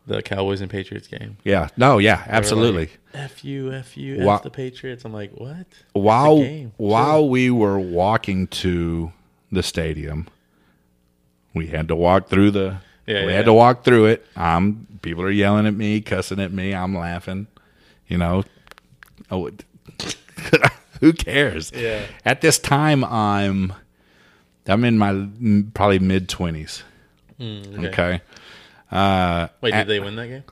[SPEAKER 2] the Cowboys and Patriots game.
[SPEAKER 1] yeah. No. Yeah. Absolutely.
[SPEAKER 2] F you, F you,
[SPEAKER 1] Wha-
[SPEAKER 2] F the Patriots. I'm like, what?
[SPEAKER 1] while
[SPEAKER 2] game.
[SPEAKER 1] while we were walking to the stadium, we had to walk through the.
[SPEAKER 2] Yeah,
[SPEAKER 1] we
[SPEAKER 2] yeah,
[SPEAKER 1] had to walk through it. I'm people are yelling at me, cussing at me. I'm laughing. You know, oh, (laughs) it- who cares?
[SPEAKER 2] Yeah.
[SPEAKER 1] At this time, I'm I'm in my mm, probably mid twenties.
[SPEAKER 2] Hmm, okay.
[SPEAKER 1] Okay.
[SPEAKER 2] Wait, did they win that game?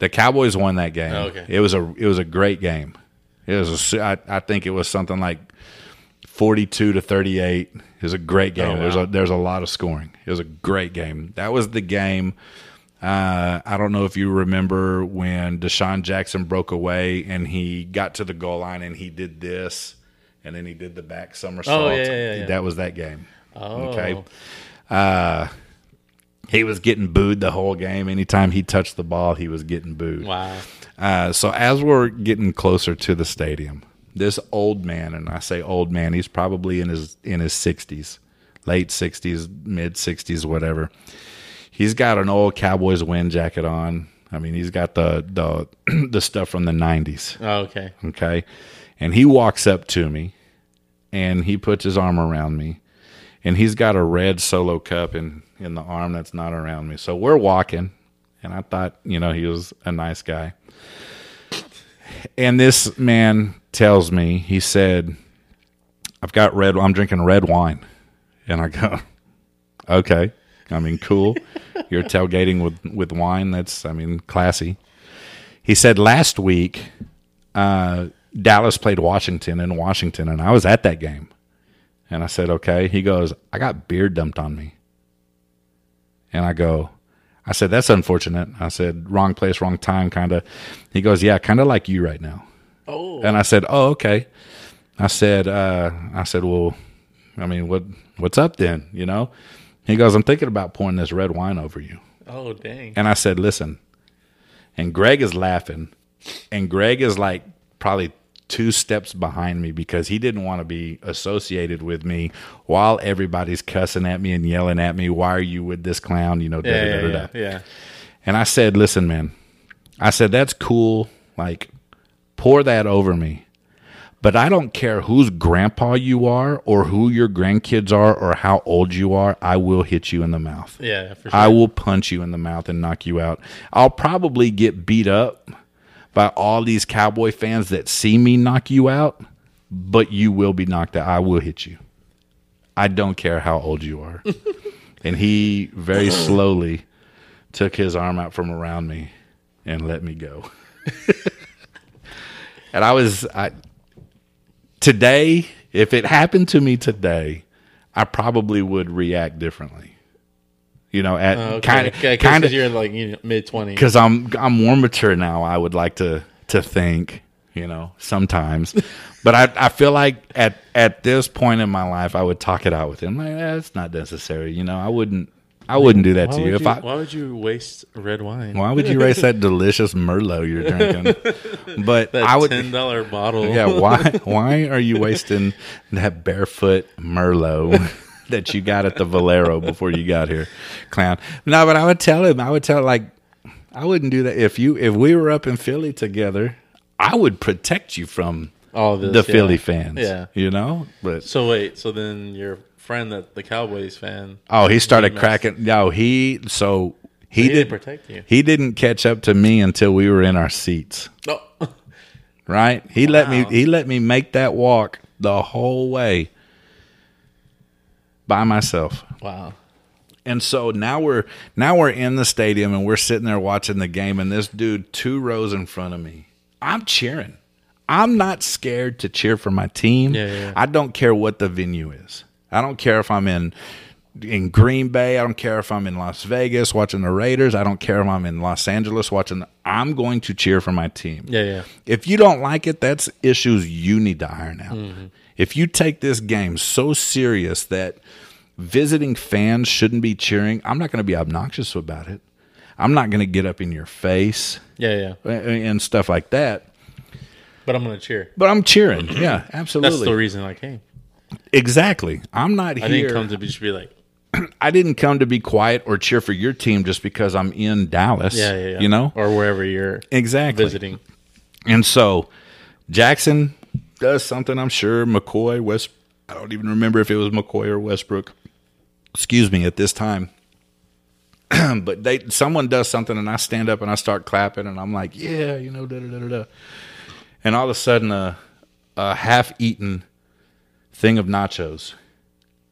[SPEAKER 1] The Cowboys won that game.
[SPEAKER 2] Oh, okay.
[SPEAKER 1] It was a it was a great game. It was a su- I I think it was something like forty two to thirty eight. It was a great game.
[SPEAKER 2] Oh, wow.
[SPEAKER 1] There's a there's a lot of scoring. It was a great game. That was the game. Uh, I don't know if you remember when Deshaun Jackson broke away and he got to the goal line and he did this and then he did the back somersault.
[SPEAKER 2] Oh, yeah, yeah, yeah.
[SPEAKER 1] That was that game.
[SPEAKER 2] Oh,
[SPEAKER 1] Okay. Oh. Uh, He was getting booed the whole game. Anytime he touched the ball, he was getting booed.
[SPEAKER 2] wow.
[SPEAKER 1] Uh, so as we're getting closer to the stadium, this old man, and I say old man, he's probably in his in his sixties, late sixties, mid sixties, whatever. He's got an old Cowboys wind jacket on. I mean, he's got the the (clears throat) the stuff from the nineties.
[SPEAKER 2] Oh, okay.
[SPEAKER 1] Okay, and he walks up to me, and he puts his arm around me, and he's got a red solo cup in in the arm that's not around me. So we're walking, and I thought, you know, he was a nice guy. And this man tells me, he said, I've got red, I'm drinking red wine. And I go, (laughs) okay. I mean, cool. You're tailgating with, with wine. That's, I mean, classy. He said, last week, uh, Dallas played Washington in Washington, and I was at that game. And I said, okay. He goes, I got beer dumped on me. And I go, I said, that's unfortunate. I said, wrong place, wrong time, kind of. He goes, yeah, kind of like you right now.
[SPEAKER 2] Oh,
[SPEAKER 1] And I said, "Oh, okay." I said, uh, "I said, well, I mean, what what's up then? You know?" He goes, "I'm thinking about pouring this red wine over you."
[SPEAKER 2] oh, dang.
[SPEAKER 1] And I said, "Listen." And Greg is laughing, and Greg is like probably two steps behind me because he didn't want to be associated with me while everybody's cussing at me and yelling at me. Why are you with this clown? You know, da,
[SPEAKER 2] Yeah,
[SPEAKER 1] da, da,
[SPEAKER 2] yeah,
[SPEAKER 1] da,
[SPEAKER 2] yeah,
[SPEAKER 1] da.
[SPEAKER 2] yeah.
[SPEAKER 1] And I said, listen, man, I said, that's cool. Like, pour that over me. But I don't care whose grandpa you are or who your grandkids are or how old you are. I will hit you in the mouth.
[SPEAKER 2] Yeah, for sure.
[SPEAKER 1] I will punch you in the mouth and knock you out. I'll probably get beat up by all these cowboy fans that see me knock you out,
[SPEAKER 2] (laughs)
[SPEAKER 1] but you will be knocked out. I will hit you. I don't care how old you are. and he very slowly took his arm out from around me and let me go. (laughs) and I was I today, if it happened to me today, I probably would react differently. You know,
[SPEAKER 2] Oh,
[SPEAKER 1] at kind of kind of
[SPEAKER 2] you're like you know, mid twenties.
[SPEAKER 1] because I'm I'm more mature now. I would like to to think, you know,
[SPEAKER 2] (laughs)
[SPEAKER 1] sometimes, but I I feel like at at this point in my life, I would talk it out with him. Like eh, it's not necessary, you know. I wouldn't I wouldn't do that
[SPEAKER 2] Why
[SPEAKER 1] to
[SPEAKER 2] would
[SPEAKER 1] you.
[SPEAKER 2] you,
[SPEAKER 1] if I
[SPEAKER 2] why would you waste red wine?
[SPEAKER 1] why would you race that delicious Merlot you're
[SPEAKER 2] (laughs)
[SPEAKER 1] drinking? But
[SPEAKER 2] that
[SPEAKER 1] I would.
[SPEAKER 2] ten dollar bottle.
[SPEAKER 1] Yeah, why why are you wasting that barefoot
[SPEAKER 2] (laughs)
[SPEAKER 1] Merlot that you got at the Valero before you got here, clown? No, but I would tell him. I would tell like I wouldn't do that if you if we were up in Philly together. I would protect you from
[SPEAKER 2] all this,
[SPEAKER 1] the
[SPEAKER 2] yeah.
[SPEAKER 1] Philly fans.
[SPEAKER 2] Yeah.
[SPEAKER 1] you know. But
[SPEAKER 2] So wait, so then your friend that the Cowboys fan,
[SPEAKER 1] oh, he started
[SPEAKER 2] messed-
[SPEAKER 1] cracking. No, he so he,
[SPEAKER 2] he,
[SPEAKER 1] did.
[SPEAKER 2] didn't protect you.
[SPEAKER 1] he didn't catch up to me until we were in our seats.
[SPEAKER 2] (laughs) No,
[SPEAKER 1] right? He let me
[SPEAKER 2] Wow.
[SPEAKER 1] he let me make that walk the whole way by myself.
[SPEAKER 2] wow.
[SPEAKER 1] And so now we're now we're in the stadium and we're sitting there watching the game and this dude two rows in front of me. I'm cheering. I'm not scared to cheer for my team.
[SPEAKER 2] Yeah, yeah, yeah.
[SPEAKER 1] I don't care what the venue is. I don't care if I'm in in Green Bay, I don't care if I'm in Las Vegas watching the Raiders, I don't care if I'm in Los Angeles watching the- I'm going to cheer for my team.
[SPEAKER 2] Yeah, yeah.
[SPEAKER 1] If you don't like it, that's issues you need to iron out.
[SPEAKER 2] Mm-hmm.
[SPEAKER 1] If you take this game so serious that visiting fans shouldn't be cheering, I'm not going to be obnoxious about it. I'm not going to get up in your face
[SPEAKER 2] Yeah, yeah.
[SPEAKER 1] a- a- and stuff like that.
[SPEAKER 2] But I'm gonna cheer.
[SPEAKER 1] But I'm
[SPEAKER 2] (clears throat)
[SPEAKER 1] cheering. Yeah,
[SPEAKER 2] That's
[SPEAKER 1] absolutely.
[SPEAKER 2] the reason I came.
[SPEAKER 1] exactly. I'm not here.
[SPEAKER 2] I didn't come to be, just be like,
[SPEAKER 1] I didn't come to be quiet or cheer for your team just because I'm in Dallas.
[SPEAKER 2] yeah, yeah, yeah.
[SPEAKER 1] You know?
[SPEAKER 2] or wherever you're
[SPEAKER 1] Exactly.
[SPEAKER 2] visiting.
[SPEAKER 1] And so Jackson does something, I'm sure. McCoy, West, I don't even remember if it was McCoy or Westbrook, excuse me, at this time. (clears throat) but they someone does something and I stand up and I start clapping and I'm like, yeah, you know, da da da da da. And all of a sudden a, a half eaten thing of nachos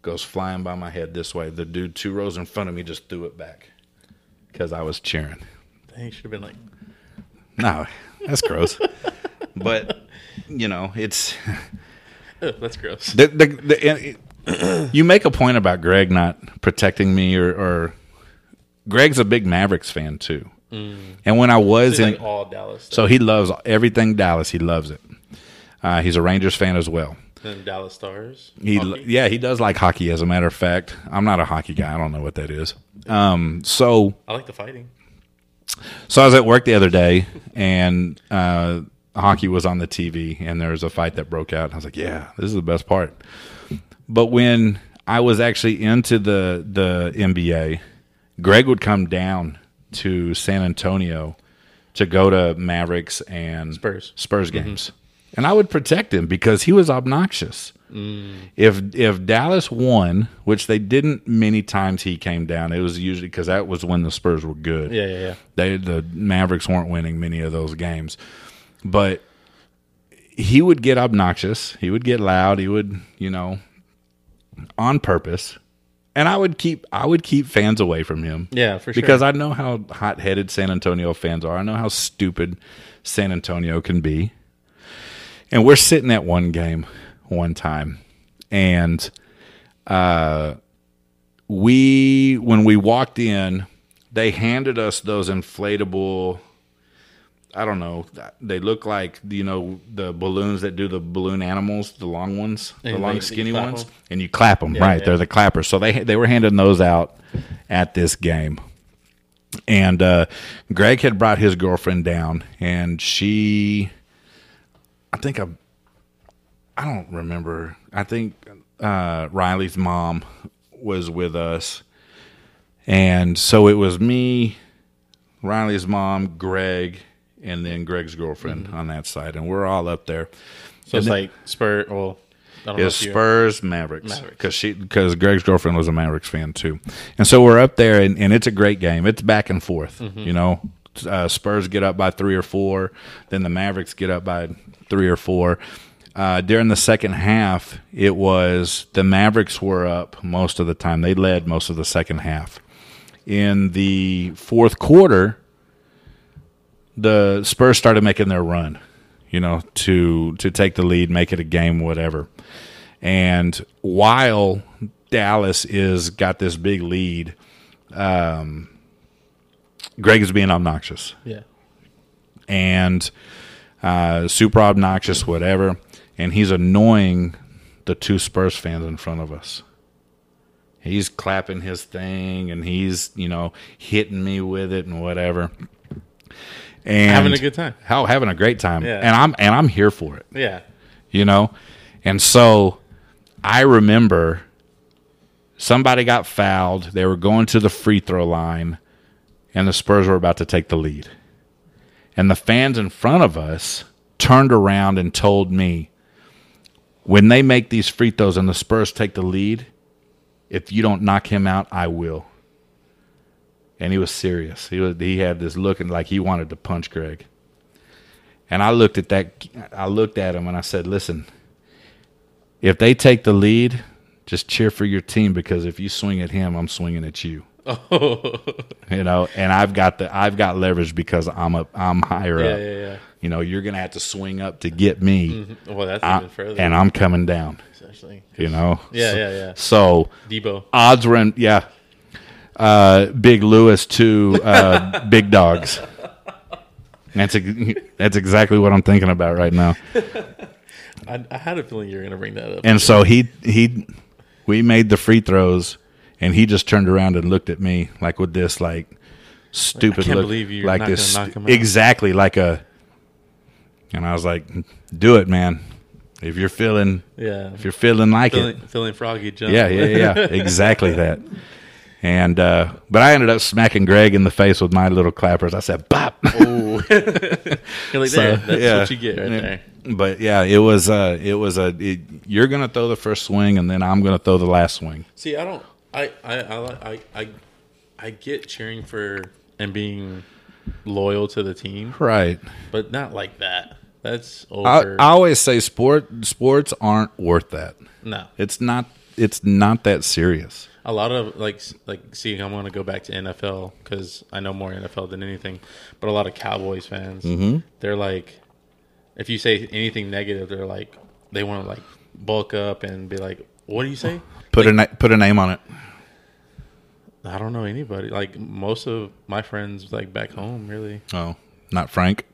[SPEAKER 1] goes flying by my head this way. The dude two rows in front of me just threw it back. Cause I was cheering.
[SPEAKER 2] He should have been like,
[SPEAKER 1] No, that's gross. but you know, it's
[SPEAKER 2] "Ugh, that's gross.
[SPEAKER 1] (laughs) the, the, the, it- it- you make a point about Greg not protecting me, or, or Greg's a big Mavericks fan too. And when I was
[SPEAKER 2] It's
[SPEAKER 1] in,
[SPEAKER 2] like all Dallas. Stuff.
[SPEAKER 1] so he loves everything Dallas. He loves it. Uh, he's a Rangers fan as well.
[SPEAKER 2] Then Dallas Stars.
[SPEAKER 1] He,
[SPEAKER 2] Hockey.
[SPEAKER 1] yeah, he does like hockey. As a matter of fact, I'm not a hockey guy. I don't know what that is. Um, so
[SPEAKER 2] I like the fighting.
[SPEAKER 1] So I was at work the other day, and uh, hockey was on the TV, and there was a fight that broke out. And I was like, "Yeah, this is the best part." But when I was actually into the the NBA, Greg would come down to San Antonio to go to Mavericks and
[SPEAKER 2] Spurs. Mm-hmm.
[SPEAKER 1] Spurs games, and I would protect him because he was obnoxious.
[SPEAKER 2] Mm.
[SPEAKER 1] If if Dallas won, which they didn't many times, he came down. It was usually because that was when the Spurs were good
[SPEAKER 2] Yeah, yeah, yeah.
[SPEAKER 1] they the Mavericks weren't winning many of those games, but he would get obnoxious. He would get loud. He would, you know, on purpose. And I would keep I would keep fans away from him
[SPEAKER 2] Yeah, for sure.
[SPEAKER 1] because I know how hot headed San Antonio fans are. I know how stupid San Antonio can be. And we're sitting at one game one time. And uh, we, when we walked in, they handed us those inflatable, I don't know, they look like, you know, the balloons that do the balloon animals, the long ones, the
[SPEAKER 2] And
[SPEAKER 1] long
[SPEAKER 2] they- they
[SPEAKER 1] skinny
[SPEAKER 2] clap
[SPEAKER 1] ones,
[SPEAKER 2] them.
[SPEAKER 1] and you clap them, right?
[SPEAKER 2] yeah.
[SPEAKER 1] They're the clappers. So they, they were handing those out at this game and uh, Greg had brought his girlfriend down, and she, I think I, I don't remember. I think uh, Riley's mom was with us, and so it was me, Riley's mom, Greg, and then Greg's girlfriend on that side, and we're all up there.
[SPEAKER 2] so it's like Spur. Well, I don't know
[SPEAKER 1] Is
[SPEAKER 2] if you-
[SPEAKER 1] Spurs Mavericks
[SPEAKER 2] Mavericks.
[SPEAKER 1] because she because Greg's girlfriend was a Mavericks fan too, and so we're up there and, and it's a great game. It's back and forth,
[SPEAKER 2] Mm-hmm.
[SPEAKER 1] you know. Uh, Spurs get up by three or four, then the Mavericks get up by three or four, Uh, during the second half, it was the Mavericks were up most of the time. They led most of the second half. In the fourth quarter, the Spurs started making their run, you know, to to take the lead, make it a game, whatever. And while Dallas is got this big lead, um, Greg is being obnoxious
[SPEAKER 2] Yeah.
[SPEAKER 1] and uh, super obnoxious, whatever. And he's annoying the two Spurs fans in front of us. He's clapping his thing and he's, you know, hitting me with it and whatever. And
[SPEAKER 2] Having a good time.
[SPEAKER 1] How having a great time.
[SPEAKER 2] Yeah.
[SPEAKER 1] And I'm and I'm here for it
[SPEAKER 2] Yeah. (laughs)
[SPEAKER 1] you know? And so I remember somebody got fouled. They were going to the free throw line, and the Spurs were about to take the lead. And the fans in front of us turned around and told me when they make these free throws and the Spurs take the lead, if you don't knock him out, I will. And he was serious. He was, he had this look and like he wanted to punch Greg. And I looked at that. I looked at him and I said, "Listen, if they take the lead, just cheer for your team because if you swing at him, I'm swinging at you.
[SPEAKER 2] Oh.
[SPEAKER 1] You know, and I've got the I've got leverage because I'm up. I'm higher
[SPEAKER 2] yeah,
[SPEAKER 1] up.
[SPEAKER 2] yeah,
[SPEAKER 1] You know, you're gonna have to swing up to get me,
[SPEAKER 2] yeah. Well, that's
[SPEAKER 1] I-
[SPEAKER 2] even further.
[SPEAKER 1] and I'm coming down.
[SPEAKER 2] actually.
[SPEAKER 1] You know,
[SPEAKER 2] Yeah,
[SPEAKER 1] so,
[SPEAKER 2] yeah, yeah.
[SPEAKER 1] So
[SPEAKER 2] Debo.
[SPEAKER 1] odds were in, yeah. Uh, Big Lewis to uh, Big Dogs. That's ex- that's exactly what I'm thinking about right now.
[SPEAKER 2] I, I had a feeling you were going to bring that up.
[SPEAKER 1] And so he he we made the free throws and he just turned around and looked at me like with this like stupid
[SPEAKER 2] I can't
[SPEAKER 1] look
[SPEAKER 2] believe you're
[SPEAKER 1] like
[SPEAKER 2] not
[SPEAKER 1] this
[SPEAKER 2] gonna knock him out.
[SPEAKER 1] exactly like a and I was like do it man if you're feeling
[SPEAKER 2] yeah.
[SPEAKER 1] if you're feeling like
[SPEAKER 2] Feeling,
[SPEAKER 1] it
[SPEAKER 2] feeling froggy, jump.
[SPEAKER 1] yeah yeah yeah
[SPEAKER 2] (laughs)
[SPEAKER 1] exactly that and uh but I ended up smacking Greg in the face with my little clappers I said bop (laughs)
[SPEAKER 2] Ooh. You're like, there,
[SPEAKER 1] So,
[SPEAKER 2] that's
[SPEAKER 1] yeah.
[SPEAKER 2] what you get right
[SPEAKER 1] Yeah.
[SPEAKER 2] there.
[SPEAKER 1] but yeah it was uh it was a it, you're gonna throw the first swing and then I'm gonna throw the last swing
[SPEAKER 2] See, I don't. I I I like- I I, I get cheering for and being loyal to the team,
[SPEAKER 1] right
[SPEAKER 2] but not like that. That's
[SPEAKER 1] I,
[SPEAKER 2] over.
[SPEAKER 1] I always say sport sports aren't worth that.
[SPEAKER 2] no,
[SPEAKER 1] It's not it's not that serious.
[SPEAKER 2] a lot of like s- like seeing. I'm going to go back to NFL because I know more NFL than anything. But a lot of Cowboys fans,
[SPEAKER 1] Mm-hmm.
[SPEAKER 2] they're like, if you say anything negative, they're like, they want to like bulk up and be like, what do you
[SPEAKER 1] (sighs)
[SPEAKER 2] say?
[SPEAKER 1] Put a na- put a name on it.
[SPEAKER 2] I don't know anybody. Like most of my friends, like back home, really,
[SPEAKER 1] Oh, not Frank.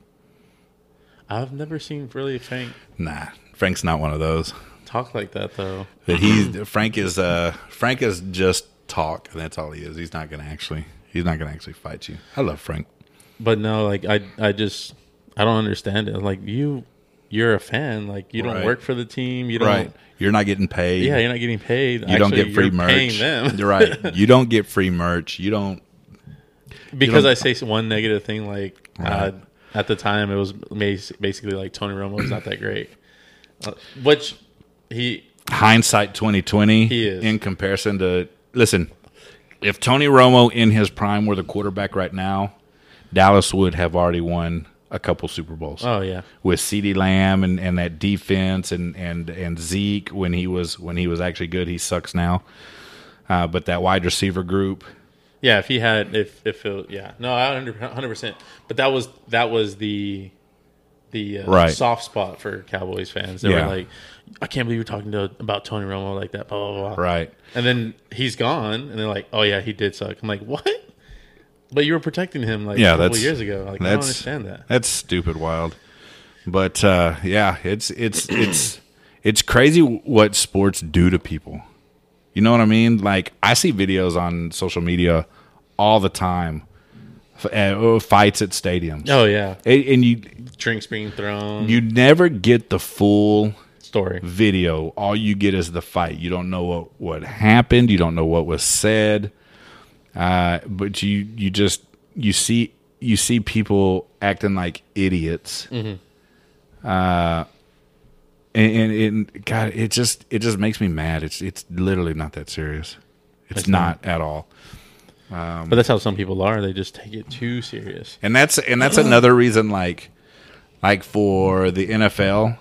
[SPEAKER 2] I've never seen really Frank
[SPEAKER 1] Nah, Frank's not one of those.
[SPEAKER 2] talk like that though.
[SPEAKER 1] But he's Frank is uh Frank is just talk. and That's all he is. He's not gonna actually he's not gonna actually fight you. I love Frank.
[SPEAKER 2] But no, like I, I just, I don't understand it. Like you, you're a fan. Like you don't
[SPEAKER 1] Right.
[SPEAKER 2] work for the team. You don't.
[SPEAKER 1] Right. You're not getting paid.
[SPEAKER 2] Yeah, you're not getting paid.
[SPEAKER 1] you don't get free merch.
[SPEAKER 2] Paying
[SPEAKER 1] (laughs)
[SPEAKER 2] them (laughs)
[SPEAKER 1] You're right. You don't get free merch. You don't
[SPEAKER 2] because
[SPEAKER 1] don't-
[SPEAKER 2] I say one negative thing. Like uh,
[SPEAKER 1] Right.
[SPEAKER 2] at the time, it was mas- basically like Tony Romo's not that great, uh, which he
[SPEAKER 1] hindsight 2020
[SPEAKER 2] He is.
[SPEAKER 1] in comparison to listen if tony romo in his prime were the quarterback right now dallas would have already won a couple super bowls
[SPEAKER 2] Oh yeah,
[SPEAKER 1] with CeeDee lamb and, and that defense and, and, and zeke when he was when he was actually good he sucks now uh, but that wide receiver group
[SPEAKER 2] yeah. If he had, if if it, yeah, no, I hundred percent. But that was that was the the uh,
[SPEAKER 1] Right.
[SPEAKER 2] soft spot for Cowboys fans. They
[SPEAKER 1] Yeah.
[SPEAKER 2] were like, I can't believe you're talking to about Tony Romo like that. Blah blah blah.
[SPEAKER 1] right
[SPEAKER 2] And then he's gone, and they're like, "Oh yeah, he did suck." I'm like, "What?" But you were protecting him like
[SPEAKER 1] Yeah,
[SPEAKER 2] a couple
[SPEAKER 1] that's-
[SPEAKER 2] years ago. Like I don't
[SPEAKER 1] that's-
[SPEAKER 2] understand that.
[SPEAKER 1] That's stupid wild. But uh, yeah, it's it's it's it's crazy what sports do to people. You know what I mean? Like I see videos on social media all the time, f- uh, oh, fights at stadiums,
[SPEAKER 2] Oh yeah,
[SPEAKER 1] and, and you
[SPEAKER 2] drinks being thrown.
[SPEAKER 1] you never get the full
[SPEAKER 2] story.
[SPEAKER 1] video. All you get is the fight. You don't know what what happened. You don't know what was said. Uh, but you you just you see you see people acting like idiots. Uh, and, and it God, it just it just makes me mad. It's it's literally not that serious. It's not at all. Um,
[SPEAKER 2] But that's how some people are. They just take it too serious.
[SPEAKER 1] And that's and that's another reason like like for the NFL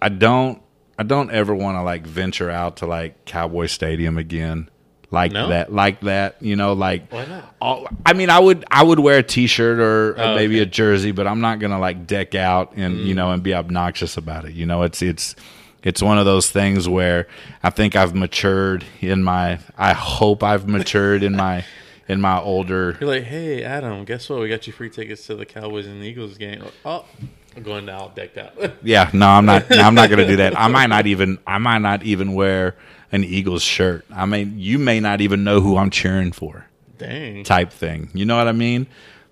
[SPEAKER 1] I don't I don't ever want to like venture out to like Cowboy Stadium again like
[SPEAKER 2] No?
[SPEAKER 1] that like that you know like
[SPEAKER 2] Why not?
[SPEAKER 1] all- I mean I would I would wear a t-shirt or, or
[SPEAKER 2] Oh,
[SPEAKER 1] maybe
[SPEAKER 2] okay. Mm.
[SPEAKER 1] a jersey but I'm not going to like deck out and you know and be obnoxious about it you know it's it's it's one of those things where I think I've matured in my I hope I've matured in my in my older
[SPEAKER 2] You're like, hey, Adam, guess what? We got you free tickets to the Cowboys and Eagles game. Oh, I'm going now decked out.
[SPEAKER 1] Yeah, no, I'm not. No, I'm not going to do that. I might not even. I might not even wear an Eagles shirt. I mean, you may not even know who I'm cheering for,
[SPEAKER 2] (laughs) Dang.
[SPEAKER 1] type thing. You know what I mean?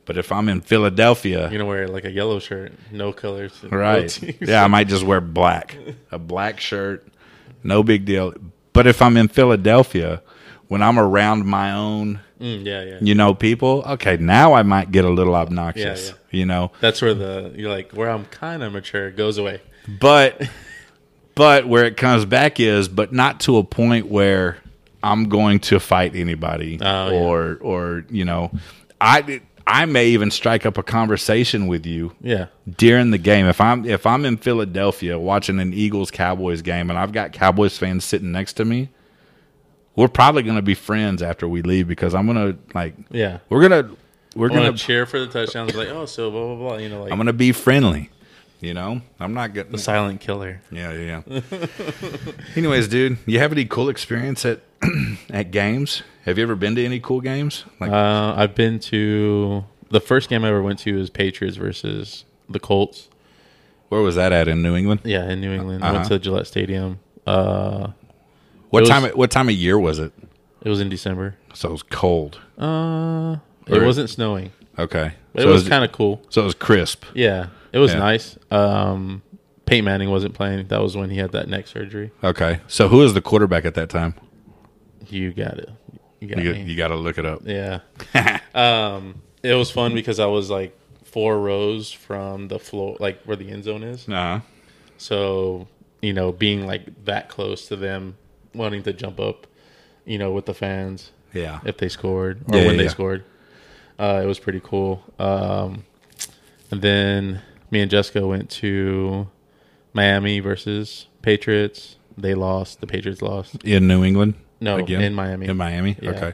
[SPEAKER 1] But if I'm in Philadelphia,
[SPEAKER 2] You're going to wear like a yellow shirt, no colors. no
[SPEAKER 1] right?
[SPEAKER 2] (laughs) teams.
[SPEAKER 1] (laughs) Yeah, I might just wear black, a black shirt, no big deal. But if I'm in Philadelphia, when I'm around my own,
[SPEAKER 2] Mm, yeah, yeah.
[SPEAKER 1] you know, people, okay, now I might get a little obnoxious,
[SPEAKER 2] Yeah,
[SPEAKER 1] you know.
[SPEAKER 2] That's where the, you're like, where I'm kind of mature goes away.
[SPEAKER 1] but but where it comes back is but not to a point where i'm going to fight anybody
[SPEAKER 2] Oh, yeah.
[SPEAKER 1] or or you know i i may even strike up a conversation with you
[SPEAKER 2] Yeah.
[SPEAKER 1] during the game if i'm if i'm in philadelphia watching an eagles cowboys game and i've got cowboys fans sitting next to me we're probably going to be friends after we leave because i'm going to like
[SPEAKER 2] Yeah.
[SPEAKER 1] we're going to we're
[SPEAKER 2] I'm
[SPEAKER 1] going
[SPEAKER 2] going
[SPEAKER 1] to
[SPEAKER 2] to cheer for the touchdowns. Like, oh, so blah, blah, blah. You know, like
[SPEAKER 1] i'm going to be friendly you know i'm not getting
[SPEAKER 2] the silent killer.
[SPEAKER 1] Yeah, yeah. yeah. Anyways, dude, you have any cool experience at (clears throat) at games? Have you ever been to any cool games? Like,
[SPEAKER 2] Uh, I've been to the first game I ever went to was Patriots versus the Colts.
[SPEAKER 1] where was that at in New England?
[SPEAKER 2] Yeah, in New England. I went
[SPEAKER 1] Uh-huh.
[SPEAKER 2] to Gillette Stadium. Uh,
[SPEAKER 1] What
[SPEAKER 2] was-
[SPEAKER 1] time? What time of year was it?
[SPEAKER 2] it was in December.
[SPEAKER 1] So it was cold.
[SPEAKER 2] Uh, it
[SPEAKER 1] Or-
[SPEAKER 2] wasn't snowing.
[SPEAKER 1] Okay,
[SPEAKER 2] But
[SPEAKER 1] so
[SPEAKER 2] it was kind of cool.
[SPEAKER 1] so it was crisp.
[SPEAKER 2] Yeah, it was
[SPEAKER 1] Yeah.
[SPEAKER 2] nice. Um, Peyton Manning wasn't playing. That was when he had that neck surgery.
[SPEAKER 1] Okay, so who was the quarterback at that time?
[SPEAKER 2] You got it. You got
[SPEAKER 1] You,
[SPEAKER 2] me.
[SPEAKER 1] you got to look it up. (laughs)
[SPEAKER 2] yeah. um, it was fun because I was like four rows from the floor, like where the end zone is.
[SPEAKER 1] Uh-huh.
[SPEAKER 2] So, you know, being like that close to them, wanting to jump up, you know, with the fans
[SPEAKER 1] Yeah.
[SPEAKER 2] if they scored or
[SPEAKER 1] Yeah,
[SPEAKER 2] when
[SPEAKER 1] yeah,
[SPEAKER 2] they
[SPEAKER 1] yeah.
[SPEAKER 2] scored. Uh, it was pretty cool. Um, and then me and Jessica went to Miami versus Patriots. They lost. The Patriots lost.
[SPEAKER 1] In New England?
[SPEAKER 2] No,
[SPEAKER 1] Again?
[SPEAKER 2] in Miami.
[SPEAKER 1] In Miami?
[SPEAKER 2] Yeah.
[SPEAKER 1] Okay.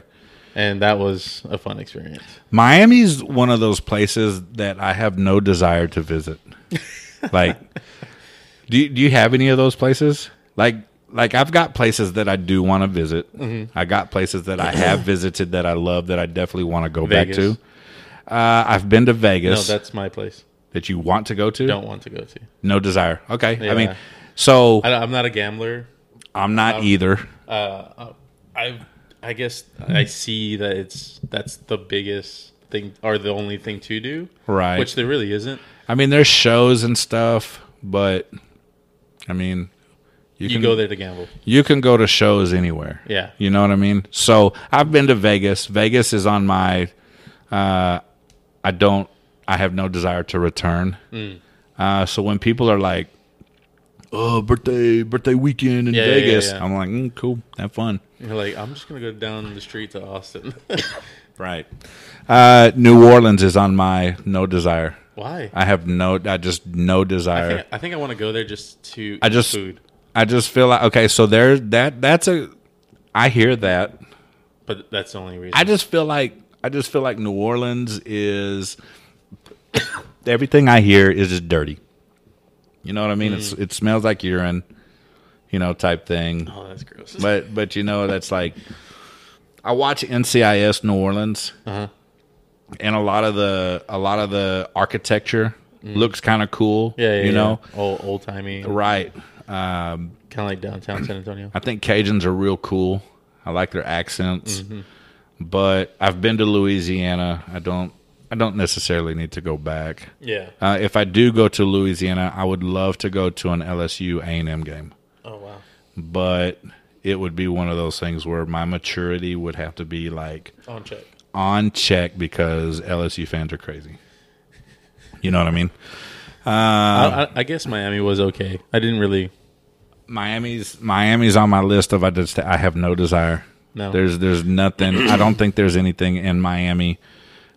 [SPEAKER 2] And that was a fun experience.
[SPEAKER 1] Miami's one of those places that I have no desire to
[SPEAKER 2] (laughs)
[SPEAKER 1] visit. like, do you, do you have any of those places? Like, like I've got places that I do want to visit.
[SPEAKER 2] Mm-hmm.
[SPEAKER 1] I got places that I
[SPEAKER 2] (clears throat)
[SPEAKER 1] have visited that I love that I definitely want to go
[SPEAKER 2] Vegas.
[SPEAKER 1] back to. Uh, I've been to
[SPEAKER 2] No,
[SPEAKER 1] Vegas
[SPEAKER 2] that's my place.
[SPEAKER 1] that you want to go to.
[SPEAKER 2] Don't want to go to.
[SPEAKER 1] No desire. Okay, I mean,
[SPEAKER 2] Yeah.
[SPEAKER 1] so
[SPEAKER 2] I, don't- I'm not a gambler.
[SPEAKER 1] I'm not either.
[SPEAKER 2] uh, I I guess I see that it's that's the biggest thing or the only thing to do,
[SPEAKER 1] Right.
[SPEAKER 2] Which there really isn't.
[SPEAKER 1] I mean, there's shows and stuff, but I mean,
[SPEAKER 2] You go there to gamble.
[SPEAKER 1] you can go to shows anywhere.
[SPEAKER 2] Yeah.
[SPEAKER 1] You know what I mean? So I've been to Vegas. Vegas is on my, uh, I don't, I have no desire to return.
[SPEAKER 2] Mm.
[SPEAKER 1] Uh, so when people are like, oh, birthday, birthday weekend in
[SPEAKER 2] Yeah, yeah, yeah,
[SPEAKER 1] Vegas,
[SPEAKER 2] yeah.
[SPEAKER 1] I'm like, mm, cool, have fun.
[SPEAKER 2] You're like, I'm just gonna go down the street to Austin. (laughs)
[SPEAKER 1] Right. Uh, New Orleans is on my no desire.
[SPEAKER 2] Why? I,
[SPEAKER 1] I have no, I just no desire.
[SPEAKER 2] think I, think I want to go there just to
[SPEAKER 1] I
[SPEAKER 2] eat
[SPEAKER 1] just-
[SPEAKER 2] food,
[SPEAKER 1] I just feel like, okay, so there, that, that's a, I hear that.
[SPEAKER 2] but that's the only reason.
[SPEAKER 1] I just feel like I just feel like New Orleans is (coughs) everything I hear is just dirty. You know what I mean? It's
[SPEAKER 2] Mm.
[SPEAKER 1] it smells like urine, you know, type thing.
[SPEAKER 2] oh, that's gross.
[SPEAKER 1] But but you know that's like I watch NCIS New Orleans,
[SPEAKER 2] Uh-huh.
[SPEAKER 1] and a lot of the a lot of the architecture looks kind of cool.
[SPEAKER 2] (laughs) Mm. yeah, yeah,
[SPEAKER 1] you
[SPEAKER 2] yeah.
[SPEAKER 1] know,
[SPEAKER 2] old old timey, kind
[SPEAKER 1] right? Um,
[SPEAKER 2] of like downtown San
[SPEAKER 1] (laughs)
[SPEAKER 2] Antonio.
[SPEAKER 1] I think Cajuns are real cool. I like their accents. But I've been to Louisiana. I don't I don't necessarily need to go back.
[SPEAKER 2] Yeah.
[SPEAKER 1] Uh, if I do go to Louisiana, I would love to go to an LSU A&M game.
[SPEAKER 2] Oh wow.
[SPEAKER 1] But it would be one of those things where my maturity would have to be like
[SPEAKER 2] On check.
[SPEAKER 1] on check because LSU fans are crazy. You know what I mean? Uh,
[SPEAKER 2] I, I, I guess Miami was okay. I didn't really.
[SPEAKER 1] Miami's Miami's on my list of I just I have no desire.
[SPEAKER 2] No.
[SPEAKER 1] There's there's nothing. I don't think there's anything in Miami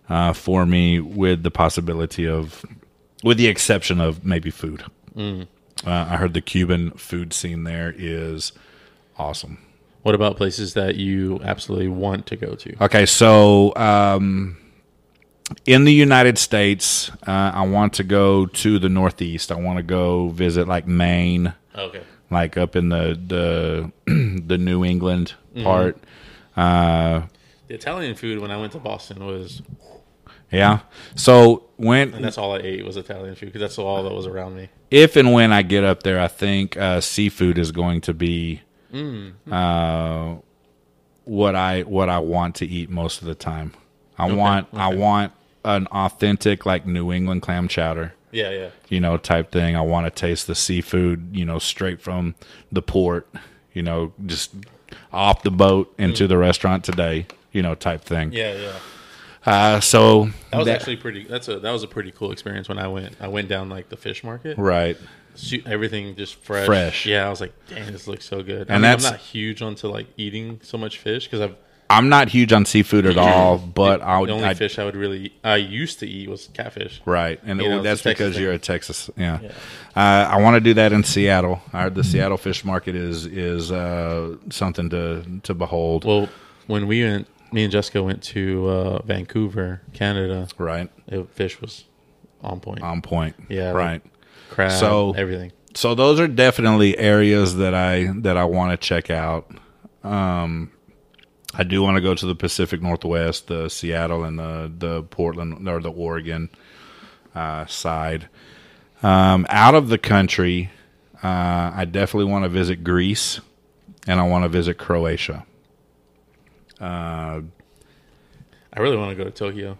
[SPEAKER 1] uh, for me with the possibility of with the exception of maybe food. Uh, I heard the Cuban food scene there is awesome.
[SPEAKER 2] What about places that you absolutely want to go to?
[SPEAKER 1] Okay, so um, in the United States, uh, I want to go to the Northeast. I want to go visit like Maine,
[SPEAKER 2] Okay.
[SPEAKER 1] like up in the (clears throat) the the New England part. Uh,
[SPEAKER 2] The Italian food when I went to Boston was,
[SPEAKER 1] yeah. So when
[SPEAKER 2] and that's all I ate was Italian food because that's all that was around me.
[SPEAKER 1] if and when I get up there, I think uh, seafood is going to be uh, what I what I want to eat most of the time. I want I want an authentic like New England clam chowder,
[SPEAKER 2] Yeah, yeah.
[SPEAKER 1] you know, type thing. I want to taste the seafood, you know, straight from the port, you know, just off the boat into the restaurant today, you know, type thing.
[SPEAKER 2] Mm. Yeah, yeah.
[SPEAKER 1] Uh, so
[SPEAKER 2] That was actually pretty. That's a that was a pretty cool experience when I went. I went down like the fish market.
[SPEAKER 1] right.
[SPEAKER 2] Su- Everything just fresh.
[SPEAKER 1] Fresh.
[SPEAKER 2] Yeah, I was like, dang, this looks so good. And I
[SPEAKER 1] And
[SPEAKER 2] mean, I'm
[SPEAKER 1] that's-
[SPEAKER 2] not huge onto like eating so much fish because I've
[SPEAKER 1] I'm not huge on seafood at all, but I
[SPEAKER 2] the only
[SPEAKER 1] Oh, I,
[SPEAKER 2] fish I would really I used to eat was catfish.
[SPEAKER 1] Right, and
[SPEAKER 2] You
[SPEAKER 1] well,
[SPEAKER 2] know, it's
[SPEAKER 1] that's
[SPEAKER 2] a Texas
[SPEAKER 1] because
[SPEAKER 2] thing.
[SPEAKER 1] you're a Texas. Yeah, Uh, I want to do that in Seattle. I heard the Seattle fish market is is uh, something to to behold.
[SPEAKER 2] Well, when we went, me and Jessica went to uh, Vancouver, Canada.
[SPEAKER 1] right
[SPEAKER 2] It, fish was on point.
[SPEAKER 1] on point.
[SPEAKER 2] Yeah, like-
[SPEAKER 1] right.
[SPEAKER 2] Crab,
[SPEAKER 1] so-
[SPEAKER 2] everything.
[SPEAKER 1] so those are definitely areas that I that I want to check out. Um, I do want to go to the Pacific Northwest, the Seattle and the the Portland or the Oregon uh, side. Um, out of the country, uh, I definitely want to visit Greece, and I want to visit Croatia.
[SPEAKER 2] I really want to go to Tokyo.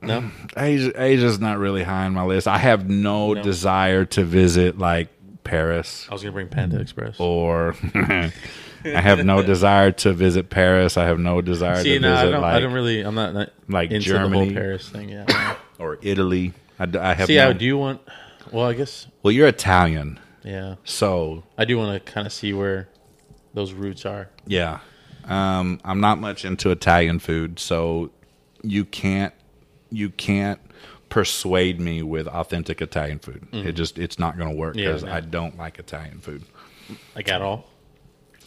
[SPEAKER 2] No,
[SPEAKER 1] Asia, Asia's not really high on my list. I have no,
[SPEAKER 2] No.
[SPEAKER 1] desire to visit like Paris
[SPEAKER 2] I was gonna bring Panda Express.
[SPEAKER 1] or (laughs) I have
[SPEAKER 2] (laughs)
[SPEAKER 1] no desire to visit Paris. I have no desire
[SPEAKER 2] See,
[SPEAKER 1] to
[SPEAKER 2] no,
[SPEAKER 1] visit
[SPEAKER 2] I don't.
[SPEAKER 1] like,
[SPEAKER 2] I don't really. I'm not, not
[SPEAKER 1] like
[SPEAKER 2] into the
[SPEAKER 1] Germany.
[SPEAKER 2] whole Paris thing. Yeah.
[SPEAKER 1] or Italy. I, d- I (coughs) have
[SPEAKER 2] See,
[SPEAKER 1] no,
[SPEAKER 2] I do want. Well, I guess.
[SPEAKER 1] Well, you're Italian,
[SPEAKER 2] Yeah,
[SPEAKER 1] so
[SPEAKER 2] I do want to kind of see where those roots are.
[SPEAKER 1] yeah. Um, I'm not much into Italian food, so you can't you can't persuade me with authentic Italian food. It just it's not going to work
[SPEAKER 2] Mm-hmm. Yeah,
[SPEAKER 1] because
[SPEAKER 2] no.
[SPEAKER 1] I don't like Italian food.
[SPEAKER 2] Like at all.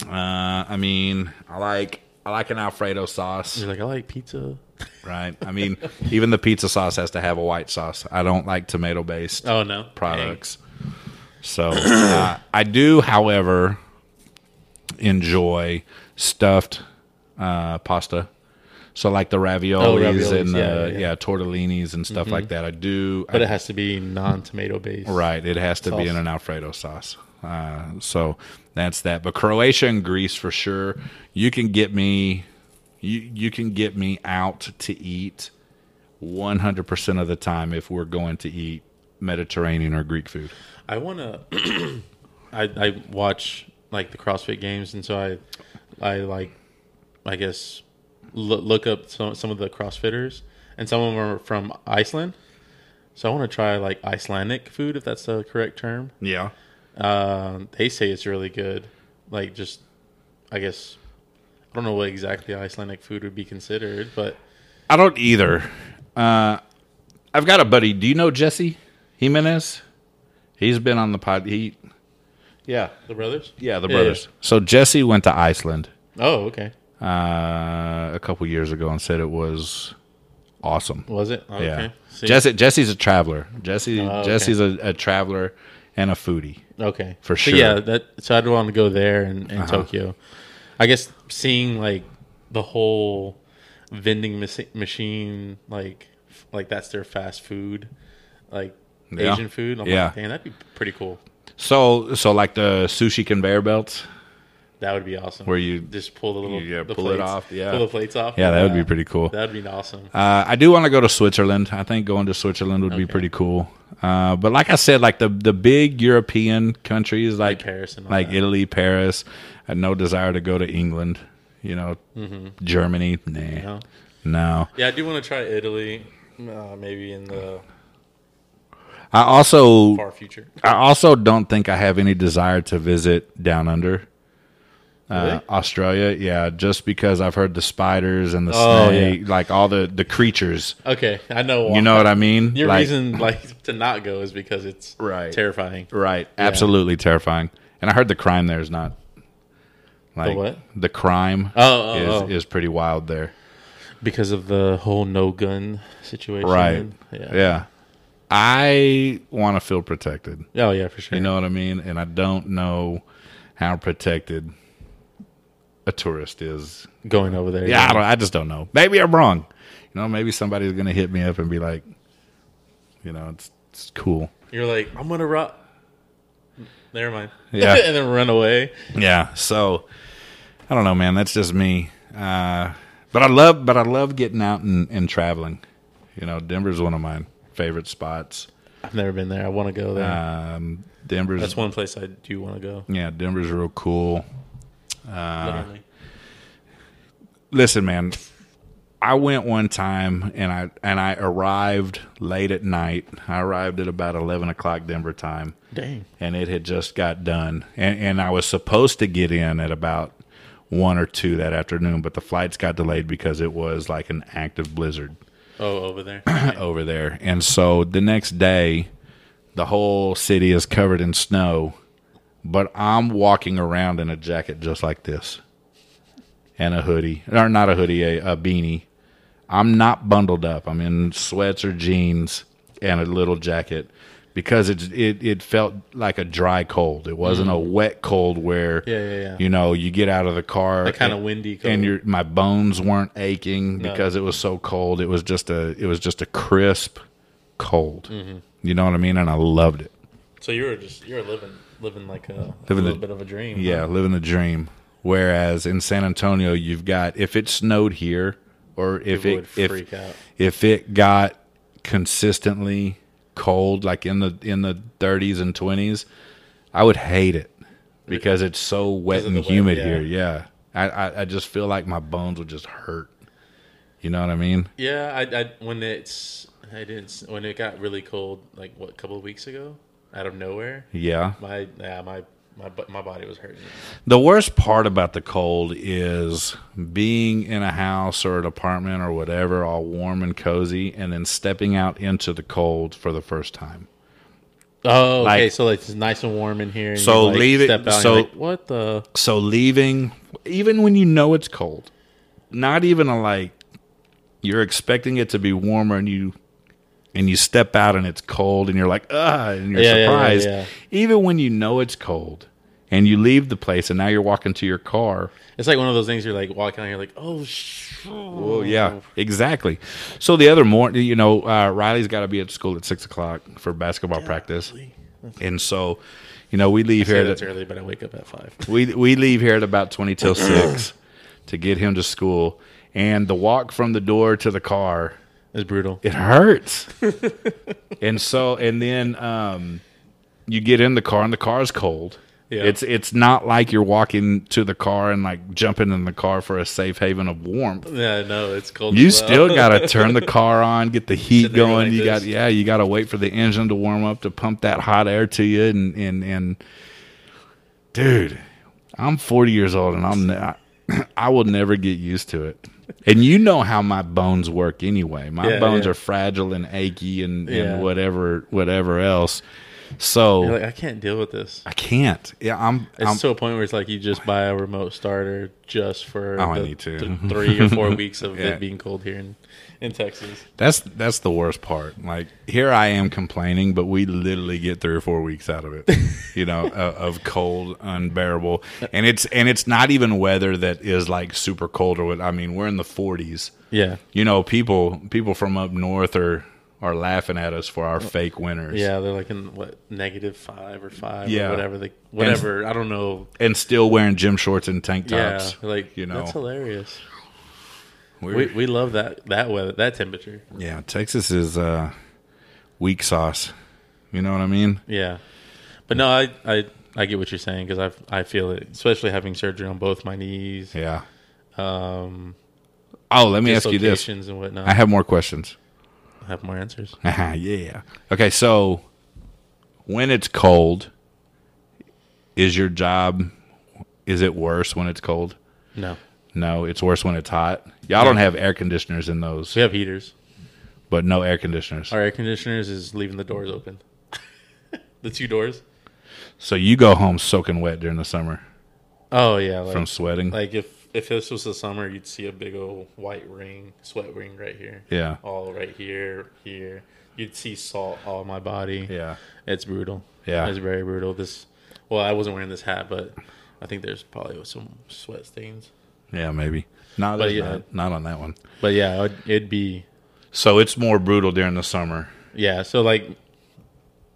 [SPEAKER 1] Uh, I mean, I like I like an Alfredo sauce,
[SPEAKER 2] You're like, I like pizza.
[SPEAKER 1] right? I mean, even the pizza sauce has to have a white sauce. I don't like tomato based
[SPEAKER 2] Oh no,
[SPEAKER 1] products. So uh, I do, however, enjoy stuffed uh, pasta. So like the raviolis,
[SPEAKER 2] Oh, raviolis,
[SPEAKER 1] and the
[SPEAKER 2] yeah,
[SPEAKER 1] yeah,
[SPEAKER 2] yeah, yeah.
[SPEAKER 1] tortellinis and stuff like that. I do,
[SPEAKER 2] But
[SPEAKER 1] I
[SPEAKER 2] it has to be non-tomato based.
[SPEAKER 1] Right. It has to be in
[SPEAKER 2] Sauce.
[SPEAKER 1] an Alfredo sauce. Uh, so that's that. But Croatia and Greece for sure. You can get me. You you can get me out to eat, one hundred percent of the time if we're going to eat Mediterranean or Greek food.
[SPEAKER 2] I want to. (clears throat) I I watch like the CrossFit Games, and so I I like I guess loo- look up some some of the CrossFitters, and some of them are from Iceland. So I want to try like Icelandic food, if that's the correct term.
[SPEAKER 1] Yeah.
[SPEAKER 2] Um, they say it's really good. Like just, I guess I don't know what exactly Icelandic food would be considered, but
[SPEAKER 1] I don't either. Uh, I've got a buddy. Do you know Jesse Jimenez? He's been on the pod. He. Yeah.
[SPEAKER 2] the brothers.
[SPEAKER 1] Yeah, the brothers. So Jesse went to Iceland.
[SPEAKER 2] Oh, okay.
[SPEAKER 1] uh, a couple years ago and said it was awesome.
[SPEAKER 2] Was it? Okay.
[SPEAKER 1] Yeah,
[SPEAKER 2] See? Oh,
[SPEAKER 1] Jesse Jesse's a traveler. Jesse
[SPEAKER 2] okay.
[SPEAKER 1] Jesse's a, a traveler and a foodie.
[SPEAKER 2] Okay,
[SPEAKER 1] For
[SPEAKER 2] So,
[SPEAKER 1] sure. Uh-huh.
[SPEAKER 2] yeah, that so I'd want to go there and, and Tokyo. I guess seeing like the whole vending machi- machine, like f- like that's their fast food, like
[SPEAKER 1] Yeah.
[SPEAKER 2] Asian food. I'm
[SPEAKER 1] Yeah.
[SPEAKER 2] like, man, that'd be pretty cool.
[SPEAKER 1] So so like the sushi conveyor belts.
[SPEAKER 2] That would be awesome.
[SPEAKER 1] Where you-
[SPEAKER 2] just pull the little
[SPEAKER 1] you, yeah,
[SPEAKER 2] the
[SPEAKER 1] pull it off, yeah.
[SPEAKER 2] pull the plates off.
[SPEAKER 1] Yeah, that would be pretty cool.
[SPEAKER 2] That'd be awesome.
[SPEAKER 1] Uh, I do want to go to Switzerland. I think going to Switzerland would be
[SPEAKER 2] Okay.
[SPEAKER 1] pretty cool. Uh, but like I said, like the the big European countries like
[SPEAKER 2] Paris and all
[SPEAKER 1] like
[SPEAKER 2] that.
[SPEAKER 1] Italy, Paris. I had no desire to go to England. You know, Germany. Nah,
[SPEAKER 2] Mm-hmm. No?
[SPEAKER 1] no.
[SPEAKER 2] Yeah, I do want to try Italy, uh, maybe in the
[SPEAKER 1] I also
[SPEAKER 2] far future.
[SPEAKER 1] I also don't think I have any desire to visit down under. Uh, Australia, yeah, just because I've heard the spiders and the
[SPEAKER 2] Oh,
[SPEAKER 1] snake, like all the the creatures.
[SPEAKER 2] Okay, I know. why.
[SPEAKER 1] You know what I mean?
[SPEAKER 2] Your
[SPEAKER 1] Like-
[SPEAKER 2] reason like to not go is because it's
[SPEAKER 1] Right.
[SPEAKER 2] terrifying.
[SPEAKER 1] right? Absolutely terrifying. And I heard the crime there is not like
[SPEAKER 2] what?
[SPEAKER 1] the crime
[SPEAKER 2] Oh, oh,
[SPEAKER 1] is
[SPEAKER 2] oh.
[SPEAKER 1] is pretty wild there.
[SPEAKER 2] because of the whole no gun situation.
[SPEAKER 1] Right?
[SPEAKER 2] Yeah.
[SPEAKER 1] yeah. I want to feel protected.
[SPEAKER 2] Oh yeah, for sure.
[SPEAKER 1] You know what I mean? And I don't know how protected a tourist is.
[SPEAKER 2] going over there.
[SPEAKER 1] Yeah, I, don't, I just don't know. Maybe I'm wrong. You know, maybe somebody's gonna hit me up and be like, you know, it's it's cool.
[SPEAKER 2] You're like, I'm gonna rob. Never mind.
[SPEAKER 1] Yeah.
[SPEAKER 2] (laughs) and then run away.
[SPEAKER 1] Yeah. So I don't know, man. That's just me. Uh, but I love, but I love getting out and, and traveling. You know, Denver's one of my favorite spots.
[SPEAKER 2] I've never been there. I want to go there.
[SPEAKER 1] Um, Denver's
[SPEAKER 2] That's one place I do want to go.
[SPEAKER 1] yeah, Denver's real cool.
[SPEAKER 2] literally.
[SPEAKER 1] listen man i went one time and i and i arrived late at night i arrived at about 11 o'clock denver time
[SPEAKER 2] Dang.
[SPEAKER 1] and it had just got done and and i was supposed to get in at about one or two that afternoon but the flights got delayed because it was like an active blizzard
[SPEAKER 2] Oh,
[SPEAKER 1] (coughs)
[SPEAKER 2] over there.
[SPEAKER 1] (laughs) over there and so the next day the whole city is covered in snow but i'm walking around in a jacket just like this and a hoodie or not a hoodie a, a beanie i'm not bundled up i'm in sweats or jeans and a little jacket because it's it, it felt like a dry cold it wasn't a wet cold where
[SPEAKER 2] Mm. Yeah, yeah, yeah.
[SPEAKER 1] you know you get out of the car
[SPEAKER 2] That kinda
[SPEAKER 1] and-
[SPEAKER 2] windy
[SPEAKER 1] and
[SPEAKER 2] cold.
[SPEAKER 1] your my bones weren't aching because it was so cold it was just a it was just a crisp cold
[SPEAKER 2] Mm-hmm.
[SPEAKER 1] you know what i mean and i loved it
[SPEAKER 2] so you were just you were living living like a, a
[SPEAKER 1] Living
[SPEAKER 2] little
[SPEAKER 1] the-
[SPEAKER 2] bit of a dream. huh?
[SPEAKER 1] Yeah, living the dream. Whereas in San Antonio, you've got if it snowed here, or if
[SPEAKER 2] People
[SPEAKER 1] it
[SPEAKER 2] would
[SPEAKER 1] if
[SPEAKER 2] freak out.
[SPEAKER 1] if it got consistently cold, like in the in the 30s and 20s, I would hate it because it's so wet
[SPEAKER 2] Because
[SPEAKER 1] and
[SPEAKER 2] of the weather,
[SPEAKER 1] humid
[SPEAKER 2] yeah.
[SPEAKER 1] here. Yeah, I, I I just feel like my bones would just hurt. You know what I mean?
[SPEAKER 2] Yeah, I, I when it's I didn't when it got really cold like what a couple of weeks ago out of nowhere.
[SPEAKER 1] Yeah.
[SPEAKER 2] My yeah my my bu- my body was hurting.
[SPEAKER 1] The worst part about the cold is being in a house or an apartment or whatever, all warm and cozy, and then stepping out into the cold for the first time.
[SPEAKER 2] Oh, okay.
[SPEAKER 1] Like-
[SPEAKER 2] so like it's nice and warm in here. And
[SPEAKER 1] So
[SPEAKER 2] you, like,
[SPEAKER 1] leave it-
[SPEAKER 2] Step out and
[SPEAKER 1] so-
[SPEAKER 2] you're like, what the?
[SPEAKER 1] So leaving, even when you know it's cold, not even a like, you're expecting it to be warmer and you. And you step out and it's cold and you're like, ah, and you're
[SPEAKER 2] Yeah, yeah, yeah,
[SPEAKER 1] surprised.
[SPEAKER 2] yeah.
[SPEAKER 1] Even when you know it's cold and you leave the place and now you're walking to your car
[SPEAKER 2] It's like one of those things. You're like walking out. You're like, oh, sh-
[SPEAKER 1] Well, Oh, yeah, exactly. So the other morning, you know, uh, Riley's got to be at school at six o'clock for basketball practice, and so, you know, we leave
[SPEAKER 2] Yeah,
[SPEAKER 1] here.
[SPEAKER 2] that's
[SPEAKER 1] At,
[SPEAKER 2] early, but I wake up at five.
[SPEAKER 1] we we leave here at about twenty till six to get him to school, and the walk from the door to the car
[SPEAKER 2] It's brutal.
[SPEAKER 1] it hurts. and so, and then um, you get in the car, and the car's cold.
[SPEAKER 2] Yeah.
[SPEAKER 1] It's it's not like you're walking to the car and like jumping in the car for a safe haven of warmth.
[SPEAKER 2] Yeah, no, it's cold.
[SPEAKER 1] You
[SPEAKER 2] as well.
[SPEAKER 1] still gotta turn the car on, get the heat
[SPEAKER 2] Sit there
[SPEAKER 1] going.
[SPEAKER 2] like
[SPEAKER 1] you got
[SPEAKER 2] this.
[SPEAKER 1] yeah, you gotta wait for the engine to warm up to pump that hot air to you and and and dude, I'm 40 years old and I'm ne- I (clears throat) will never get used to it. And you know how my bones work anyway. My
[SPEAKER 2] Yeah,
[SPEAKER 1] bones
[SPEAKER 2] yeah.
[SPEAKER 1] are fragile and achy and,
[SPEAKER 2] Yeah.
[SPEAKER 1] and whatever whatever else. So
[SPEAKER 2] (laughs) You're like, I can't deal with this.
[SPEAKER 1] I can't. Yeah, I'm,
[SPEAKER 2] It's
[SPEAKER 1] I'm
[SPEAKER 2] to a point where it's like you just buy a remote starter just for
[SPEAKER 1] Oh, I need to.
[SPEAKER 2] three
[SPEAKER 1] (laughs)
[SPEAKER 2] or four weeks of
[SPEAKER 1] Yeah.
[SPEAKER 2] it being cold here in, in Texas.
[SPEAKER 1] that's that's the worst part. Like here I am complaining, but we literally get three or four weeks out of
[SPEAKER 2] (laughs)
[SPEAKER 1] it, you know, uh, of cold, unbearable, and it's and it's not even weather that is like super cold or what. I mean, we're in the forties.
[SPEAKER 2] Yeah,
[SPEAKER 1] You know, people people from up north are are laughing at us for our fake winters.
[SPEAKER 2] Oh, yeah, they're like in what negative five or five,
[SPEAKER 1] Yeah.
[SPEAKER 2] or whatever. Like whatever, I don't know.
[SPEAKER 1] and still wearing gym shorts and tank tops.
[SPEAKER 2] yeah, like
[SPEAKER 1] you know,
[SPEAKER 2] that's hilarious.
[SPEAKER 1] We're-
[SPEAKER 2] We we love that that weather, that temperature.
[SPEAKER 1] yeah, Texas is uh, weak sauce. You know what I mean?
[SPEAKER 2] Yeah, but no, I I, I get what you're saying because I I feel it, especially having surgery on both my knees,
[SPEAKER 1] Yeah.
[SPEAKER 2] um,
[SPEAKER 1] Oh, let me ask you this.
[SPEAKER 2] dislocations and whatnot.
[SPEAKER 1] I have more questions.
[SPEAKER 2] I have more answers.
[SPEAKER 1] Haha, yeah. Okay, so when it's cold, is your job is it worse when it's cold?
[SPEAKER 2] No,
[SPEAKER 1] No, it's worse when it's hot. Y'all don't have air conditioners in those,
[SPEAKER 2] we have heaters.
[SPEAKER 1] but no air conditioners.
[SPEAKER 2] Our air conditioners is leaving the doors open. (laughs) the two doors.
[SPEAKER 1] So you go home soaking wet during the summer
[SPEAKER 2] Oh yeah, like,
[SPEAKER 1] from sweating.
[SPEAKER 2] like if if this was the summer, you'd see a big old white ring, sweat ring right here.
[SPEAKER 1] yeah.
[SPEAKER 2] all right here, here. You'd see salt all on my body.
[SPEAKER 1] Yeah.
[SPEAKER 2] It's brutal.
[SPEAKER 1] Yeah.
[SPEAKER 2] It's very brutal. This, well, I wasn't wearing this hat, but I think there's probably some sweat stains.
[SPEAKER 1] Yeah, maybe. No,
[SPEAKER 2] But
[SPEAKER 1] there's
[SPEAKER 2] yeah.
[SPEAKER 1] not, not on that one.
[SPEAKER 2] But yeah, it'd, it'd be,
[SPEAKER 1] So it's more brutal during the summer.
[SPEAKER 2] yeah. So like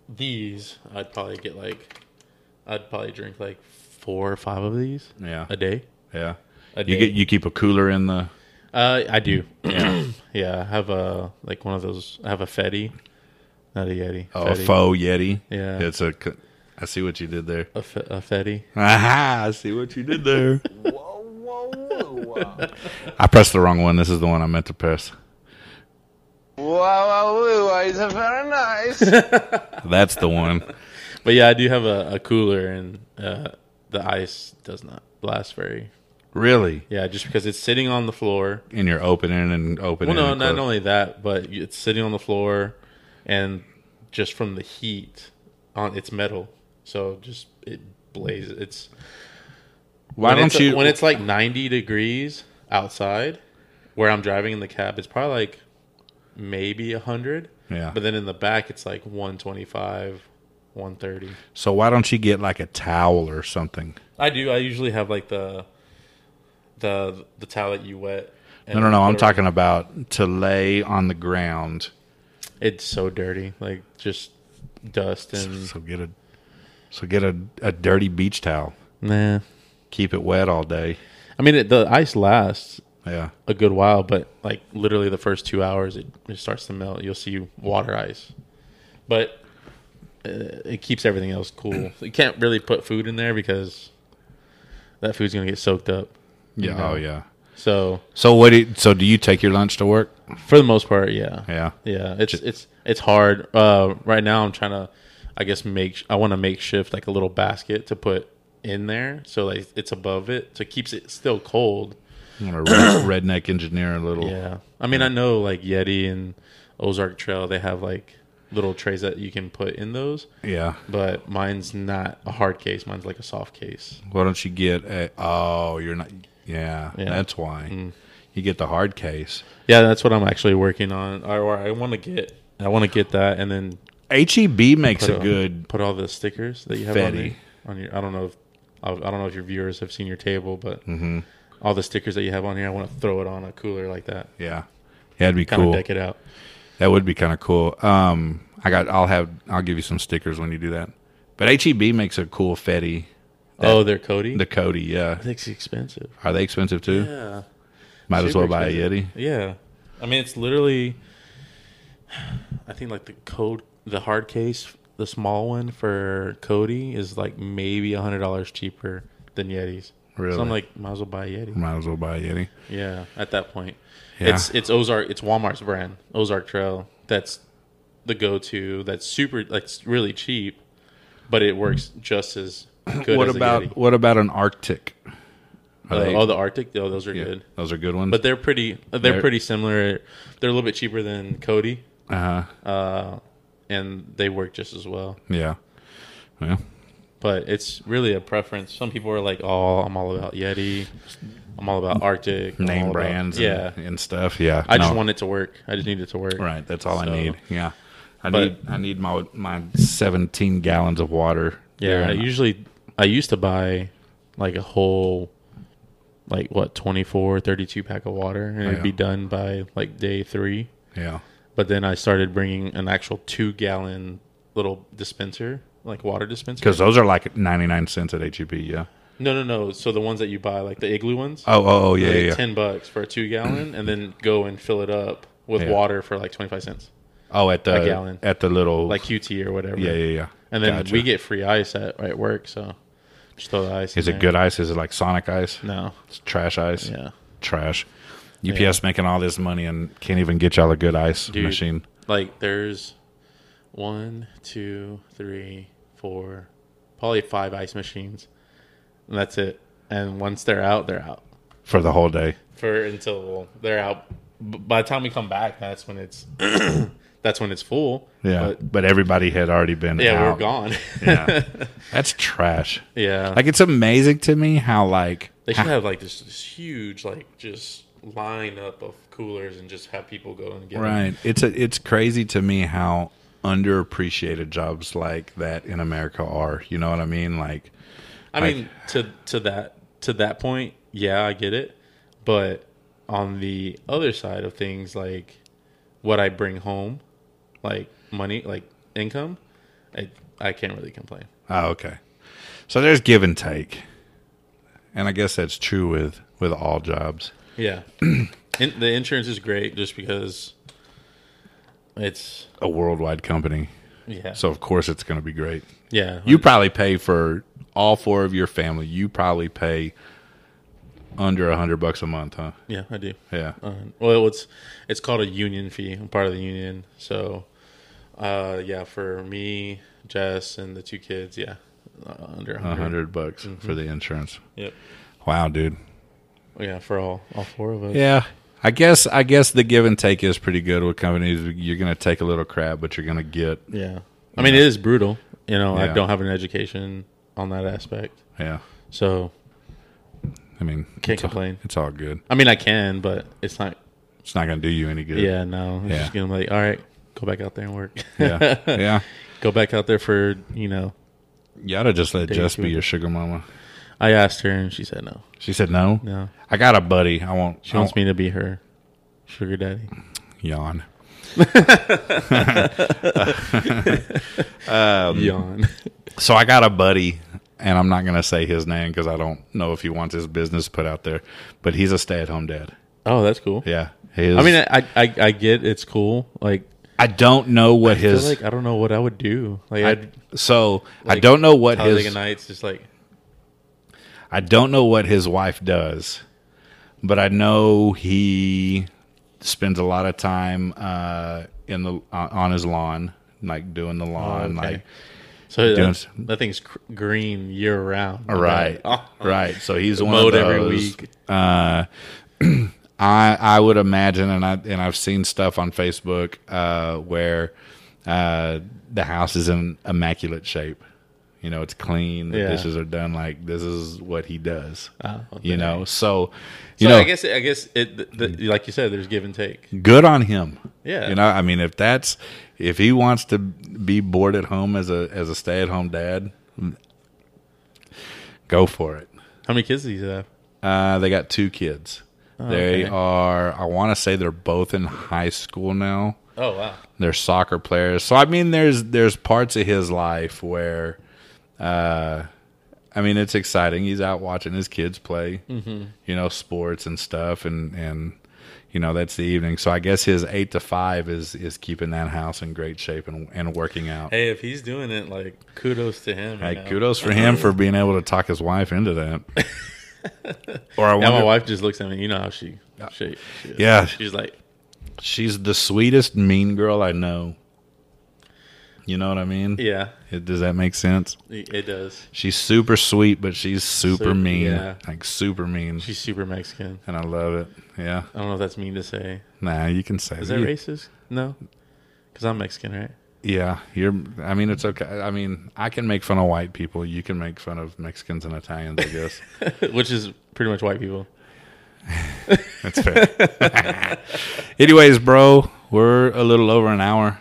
[SPEAKER 2] these, I'd probably get like, I'd probably drink like four or five of these
[SPEAKER 1] Yeah.
[SPEAKER 2] a day.
[SPEAKER 1] Yeah.
[SPEAKER 2] A
[SPEAKER 1] You
[SPEAKER 2] day.
[SPEAKER 1] get you keep a cooler in the
[SPEAKER 2] Uh,
[SPEAKER 1] (clears throat)
[SPEAKER 2] I do. Yeah. I have a, like one of those, I have a Fetty, not a Yeti.
[SPEAKER 1] oh,
[SPEAKER 2] Fetty.
[SPEAKER 1] faux Yeti.
[SPEAKER 2] Yeah.
[SPEAKER 1] It's a co- I see what you did there.
[SPEAKER 2] A, fe- a Fetty.
[SPEAKER 1] Aha, I see what you did there. whoa, whoa, whoa. I pressed the wrong one. This is the one I meant to press.
[SPEAKER 4] Wow, wow, woo, wow, it's very nice.
[SPEAKER 1] (laughs) That's the one.
[SPEAKER 2] But yeah, I do have a, a cooler, and uh, the ice does not last very.
[SPEAKER 1] Really?
[SPEAKER 2] Yeah, just because it's sitting on the floor.
[SPEAKER 1] And you're opening and opening.
[SPEAKER 2] Well, no,
[SPEAKER 1] and
[SPEAKER 2] not
[SPEAKER 1] closing.
[SPEAKER 2] only that, but it's sitting on the floor, and just from the heat, on it's metal, so just it blazes. It's
[SPEAKER 1] Why
[SPEAKER 2] when
[SPEAKER 1] don't
[SPEAKER 2] it's-
[SPEAKER 1] you?
[SPEAKER 2] when it's like ninety degrees outside, where I'm driving in the cab, it's probably like maybe hundred.
[SPEAKER 1] Yeah.
[SPEAKER 2] But then in the back, it's like one twenty five, one thirty.
[SPEAKER 1] so why don't you get like a towel or something?
[SPEAKER 2] I do. I usually have like the the the towel that you wet.
[SPEAKER 1] No, no, no. I'm talking about to lay on the ground.
[SPEAKER 2] It's so dirty, like just dust and
[SPEAKER 1] So get a, so get a, a dirty beach towel.
[SPEAKER 2] nah.
[SPEAKER 1] Keep it wet all day.
[SPEAKER 2] I mean, it, the ice lasts
[SPEAKER 1] Yeah.
[SPEAKER 2] a good while, but like literally the first two hours, it, it starts to melt. You'll see water ice, but uh, it keeps everything else (clears throat) cool. you can't really put food in there because that food's gonna get soaked up.
[SPEAKER 1] Yeah. Oh yeah.
[SPEAKER 2] So
[SPEAKER 1] So what? Do you, so do you take your lunch to work?
[SPEAKER 2] for the most part, yeah,
[SPEAKER 1] Yeah.
[SPEAKER 2] Yeah, it's it's it's hard. Uh, right now, I'm trying to, I guess, make I want to makeshift like a little basket to put in there, so like it's above it, so it keeps it still cold.
[SPEAKER 1] I'm gonna
[SPEAKER 2] (coughs)
[SPEAKER 1] red, redneck engineer a little.
[SPEAKER 2] Yeah, I mean, I know like Yeti and Ozark Trail, they have like little trays that you can put in those,
[SPEAKER 1] Yeah.
[SPEAKER 2] but mine's not a hard case. Mine's like a soft case.
[SPEAKER 1] Why don't you get a? Oh, you're not. Yeah.
[SPEAKER 2] Yeah. Mm.
[SPEAKER 1] That's why. You get the hard case.
[SPEAKER 2] Yeah, that's what I'm actually working on, or, or I want to get. I want to get that, and then
[SPEAKER 1] HEB E makes
[SPEAKER 2] put
[SPEAKER 1] a
[SPEAKER 2] on-
[SPEAKER 1] good.
[SPEAKER 2] put all the stickers that you have on,
[SPEAKER 1] Fetty.
[SPEAKER 2] there, on your. I don't know if I I don't know if your viewers have seen your table, but
[SPEAKER 1] Mm-hmm.
[SPEAKER 2] all the stickers that you have on here, I want to throw it on a cooler like that,
[SPEAKER 1] Yeah. Yeah, that'd be
[SPEAKER 2] kind of
[SPEAKER 1] cool.
[SPEAKER 2] deck it out.
[SPEAKER 1] That would be kind of cool. Um, I got. I'll have. I'll give you some stickers when you do that. But HEB makes a cool Fetty.
[SPEAKER 2] oh, they're Cody.
[SPEAKER 1] The Cody. Yeah.
[SPEAKER 2] I think it's expensive.
[SPEAKER 1] Are they expensive too?
[SPEAKER 2] Yeah,
[SPEAKER 1] Might as
[SPEAKER 2] super
[SPEAKER 1] well buy a
[SPEAKER 2] expensive.
[SPEAKER 1] Yeti.
[SPEAKER 2] Yeah, I mean it's literally. (sighs) I think like the code, the hard case, the small one for Cody is like maybe a hundred dollars cheaper than Yetis.
[SPEAKER 1] Really? Mm.
[SPEAKER 2] So I'm like, might as well buy a Yeti.
[SPEAKER 1] Might as well buy a Yeti.
[SPEAKER 2] Yeah, at that point,
[SPEAKER 1] Yeah.
[SPEAKER 2] it's it's Ozark, it's Walmart's brand, Ozark Trail. That's the go-to. That's super, like it's really cheap, but it works
[SPEAKER 1] (clears throat)
[SPEAKER 2] just as good.
[SPEAKER 1] what
[SPEAKER 2] as a
[SPEAKER 1] about
[SPEAKER 2] Yeti.
[SPEAKER 1] what about an Arctic? Are
[SPEAKER 2] Uh,
[SPEAKER 1] they-
[SPEAKER 2] oh the Arctic? Oh, those are
[SPEAKER 1] yeah,
[SPEAKER 2] good.
[SPEAKER 1] Those are good ones.
[SPEAKER 2] But they're pretty. uh, They're,
[SPEAKER 1] They're-
[SPEAKER 2] pretty similar. They're a little bit cheaper than Cody,
[SPEAKER 1] uh-huh.
[SPEAKER 2] uh, and they work just as well.
[SPEAKER 1] yeah. Well,
[SPEAKER 2] But it's really a preference. Some people are like, "Oh, I'm all about Yeti. I'm all about Arctic. I'm all
[SPEAKER 1] name
[SPEAKER 2] about-"
[SPEAKER 1] brands
[SPEAKER 2] yeah,
[SPEAKER 1] and, and stuff. Yeah.
[SPEAKER 2] I just
[SPEAKER 1] No.
[SPEAKER 2] want it to work. I just need it to work.
[SPEAKER 1] Right, that's all
[SPEAKER 2] So-
[SPEAKER 1] I need. Yeah. I
[SPEAKER 2] But-
[SPEAKER 1] need I need my my 17 gallons of water.
[SPEAKER 2] Yeah. I
[SPEAKER 1] during-
[SPEAKER 2] usually, I used to buy like a whole, like what 24, 32 pack of water, and it'd
[SPEAKER 1] Yeah.
[SPEAKER 2] be done by like day three.
[SPEAKER 1] yeah.
[SPEAKER 2] But then I started bringing an actual two gallon little dispenser, like water dispenser.
[SPEAKER 1] Cuz those are like 99 cents at HEB, yeah.
[SPEAKER 2] No, no, no. So the ones that you buy, like the igloo ones,
[SPEAKER 1] Oh, oh, oh yeah,
[SPEAKER 2] they're like
[SPEAKER 1] yeah. yeah.
[SPEAKER 2] ten bucks for a two gallon, and then go and fill it up with
[SPEAKER 1] Yeah.
[SPEAKER 2] water for like twenty five cents,
[SPEAKER 1] Oh, at the
[SPEAKER 2] a gallon.
[SPEAKER 1] at the little
[SPEAKER 2] like QT or whatever.
[SPEAKER 1] Yeah, yeah, yeah.
[SPEAKER 2] And then
[SPEAKER 1] Gotcha.
[SPEAKER 2] we get free ice at, at work, so just throw the ice.
[SPEAKER 1] Is
[SPEAKER 2] in
[SPEAKER 1] it
[SPEAKER 2] there.
[SPEAKER 1] good ice? Is it like Sonic ice?
[SPEAKER 2] No.
[SPEAKER 1] It's trash ice.
[SPEAKER 2] Mm. Yeah.
[SPEAKER 1] Trash. UPS making all this money and can't even get y'all a good ice
[SPEAKER 2] Dude.
[SPEAKER 1] machine.
[SPEAKER 2] Like there's one, two, three, four, probably five ice machines, and that's it. and once they're out, they're out
[SPEAKER 1] for the whole day.
[SPEAKER 2] for until well, they're out. B- by the time we come back, that's when it's (coughs) that's when it's full.
[SPEAKER 1] Yeah,
[SPEAKER 2] but,
[SPEAKER 1] but, everybody had already been.
[SPEAKER 2] yeah,
[SPEAKER 1] out.
[SPEAKER 2] we're gone.
[SPEAKER 1] yeah, that's trash.
[SPEAKER 2] (laughs) yeah,
[SPEAKER 1] Like it's amazing to me how like
[SPEAKER 2] they should have like this, this huge like just lineup of coolers and just have people go and get them.
[SPEAKER 1] (laughs) Right. It's a, it's crazy to me how underappreciated jobs like that in America are. You know what I mean? Like
[SPEAKER 2] I
[SPEAKER 1] Like-
[SPEAKER 2] mean, to to that to that point, yeah, I get it. But on the other side of things, like what I bring home, like money, like income, I I can't really complain.
[SPEAKER 1] oh okay. So there's give and take. And I guess that's true with with all jobs.
[SPEAKER 2] Yeah,
[SPEAKER 1] (clears throat)
[SPEAKER 2] In, the insurance is great just because it's
[SPEAKER 1] A worldwide company.
[SPEAKER 2] yeah
[SPEAKER 1] So of course it's going to be great.
[SPEAKER 2] yeah
[SPEAKER 1] You probably pay for all four of your family. You probably pay under a hundred bucks a month, huh?
[SPEAKER 2] yeah I do.
[SPEAKER 1] Yeah.
[SPEAKER 2] Uh, well, it's it's called a union fee. I'm part of the union, so uh, yeah, for me, Jess, and the two kids, yeah, uh, under a
[SPEAKER 1] A
[SPEAKER 2] 100
[SPEAKER 1] hundred bucks
[SPEAKER 2] Mm-hmm.
[SPEAKER 1] for the insurance.
[SPEAKER 2] Yep.
[SPEAKER 1] Wow, dude.
[SPEAKER 2] Oh, Yeah, for all all four of us.
[SPEAKER 1] Yeah. I guess I guess the give and take is pretty good with companies. You're going to take a little crap, but you're going to get
[SPEAKER 2] Yeah. I mean, it is brutal. You know, I
[SPEAKER 1] Yeah.
[SPEAKER 2] don't have an education on that aspect,
[SPEAKER 1] yeah.
[SPEAKER 2] so
[SPEAKER 1] I mean,
[SPEAKER 2] can't
[SPEAKER 1] it's all,
[SPEAKER 2] complain.
[SPEAKER 1] it's all good.
[SPEAKER 2] I mean, I can, but it's not.
[SPEAKER 1] It's not going to do you any good.
[SPEAKER 2] Yeah, no. It's
[SPEAKER 1] Yeah.
[SPEAKER 2] just gonna be like, all right, go back out there and work. (laughs)
[SPEAKER 1] yeah, yeah.
[SPEAKER 2] go back out there for you know.
[SPEAKER 1] You ought to just let
[SPEAKER 2] Take
[SPEAKER 1] Jess
[SPEAKER 2] it
[SPEAKER 1] be
[SPEAKER 2] with-
[SPEAKER 1] your sugar mama.
[SPEAKER 2] I asked her and she said no.
[SPEAKER 1] She said no.
[SPEAKER 2] No,
[SPEAKER 1] I got a buddy. I won't.
[SPEAKER 2] she wants me to be her sugar daddy.
[SPEAKER 1] Yawn.
[SPEAKER 2] Yawn.
[SPEAKER 1] So I got a buddy, and I'm not going to say his name because I don't know if he wants his business put out there. But he's a stay-at-home dad.
[SPEAKER 2] (laughs) Oh, that's cool.
[SPEAKER 1] Yeah. His,
[SPEAKER 2] I mean, I, I I get it's cool. Like,
[SPEAKER 1] I don't know what
[SPEAKER 2] I feel
[SPEAKER 1] his.
[SPEAKER 2] like I don't know what I would do. Like, I'd
[SPEAKER 1] so I
[SPEAKER 2] like,
[SPEAKER 1] don't know what
[SPEAKER 2] Talladega
[SPEAKER 1] his.
[SPEAKER 2] Nights, just like
[SPEAKER 1] I don't know what his wife does, but I know he spends a lot of time uh, in the on on his lawn, like doing the lawn,
[SPEAKER 2] Oh, okay.
[SPEAKER 1] like
[SPEAKER 2] So
[SPEAKER 1] Doing
[SPEAKER 2] that,
[SPEAKER 1] s-
[SPEAKER 2] that thing's cr- green year round.
[SPEAKER 1] right,
[SPEAKER 2] Oh.
[SPEAKER 1] right. So he's one
[SPEAKER 2] Mowed
[SPEAKER 1] of those.
[SPEAKER 2] every week.
[SPEAKER 1] Uh, (clears throat) I I would imagine, and I and I've seen stuff on Facebook uh, where uh, the house is in immaculate shape. You know, it's clean. The
[SPEAKER 2] Yeah.
[SPEAKER 1] dishes are done. Like this is what he does.
[SPEAKER 2] Oh,
[SPEAKER 1] you know, so you
[SPEAKER 2] So
[SPEAKER 1] know,
[SPEAKER 2] I guess I guess it the, the, like you said, there's give and take.
[SPEAKER 1] good on him.
[SPEAKER 2] Yeah.
[SPEAKER 1] You know, I mean, if that's if he wants to be bored at home as a as a stay at home dad, go for it.
[SPEAKER 2] How many kids do you have?
[SPEAKER 1] Uh, they got two kids. They
[SPEAKER 2] Oh, okay.
[SPEAKER 1] are. I want to say they're both in high school now.
[SPEAKER 2] Oh wow,
[SPEAKER 1] They're soccer players. So I mean, there's there's parts of his life where, uh, I mean, it's exciting. He's out watching his kids play,
[SPEAKER 2] Mm-hmm.
[SPEAKER 1] you know, sports and stuff, and and you know that's the evening. So I guess his eight to five is is keeping that house in great shape and and working out.
[SPEAKER 2] hey, if he's doing it, like kudos to him. you
[SPEAKER 1] Hey,
[SPEAKER 2] know? (laughs)
[SPEAKER 1] kudos for him for being able to talk his wife into
[SPEAKER 2] (coughs)
[SPEAKER 1] that. or I
[SPEAKER 2] Now my
[SPEAKER 1] wonder,
[SPEAKER 2] wife just looks at me. You know how she, she, she is.
[SPEAKER 1] Yeah.
[SPEAKER 2] She's like,
[SPEAKER 1] she's the sweetest mean girl I know. You know what I mean?
[SPEAKER 2] yeah,
[SPEAKER 1] It- does that make sense?
[SPEAKER 2] it it does.
[SPEAKER 1] She's super sweet, but she's super
[SPEAKER 2] Super-
[SPEAKER 1] mean.
[SPEAKER 2] yeah.
[SPEAKER 1] Like super mean.
[SPEAKER 2] She's super Mexican.
[SPEAKER 1] and I love it. Yeah.
[SPEAKER 2] I don't know if that's mean to say.
[SPEAKER 1] Nah, you can say
[SPEAKER 2] Is that
[SPEAKER 1] you,
[SPEAKER 2] racist? No, because I'm Mexican, right? (laughs)
[SPEAKER 1] Yeah. You're I mean it's okay. I mean, I can make fun of white people. You can make fun of Mexicans and Italians, I
[SPEAKER 2] (laughs)
[SPEAKER 1] guess.
[SPEAKER 2] Which is pretty much white people.
[SPEAKER 1] That's fair. (laughs) Anyways, bro, we're a little over an hour.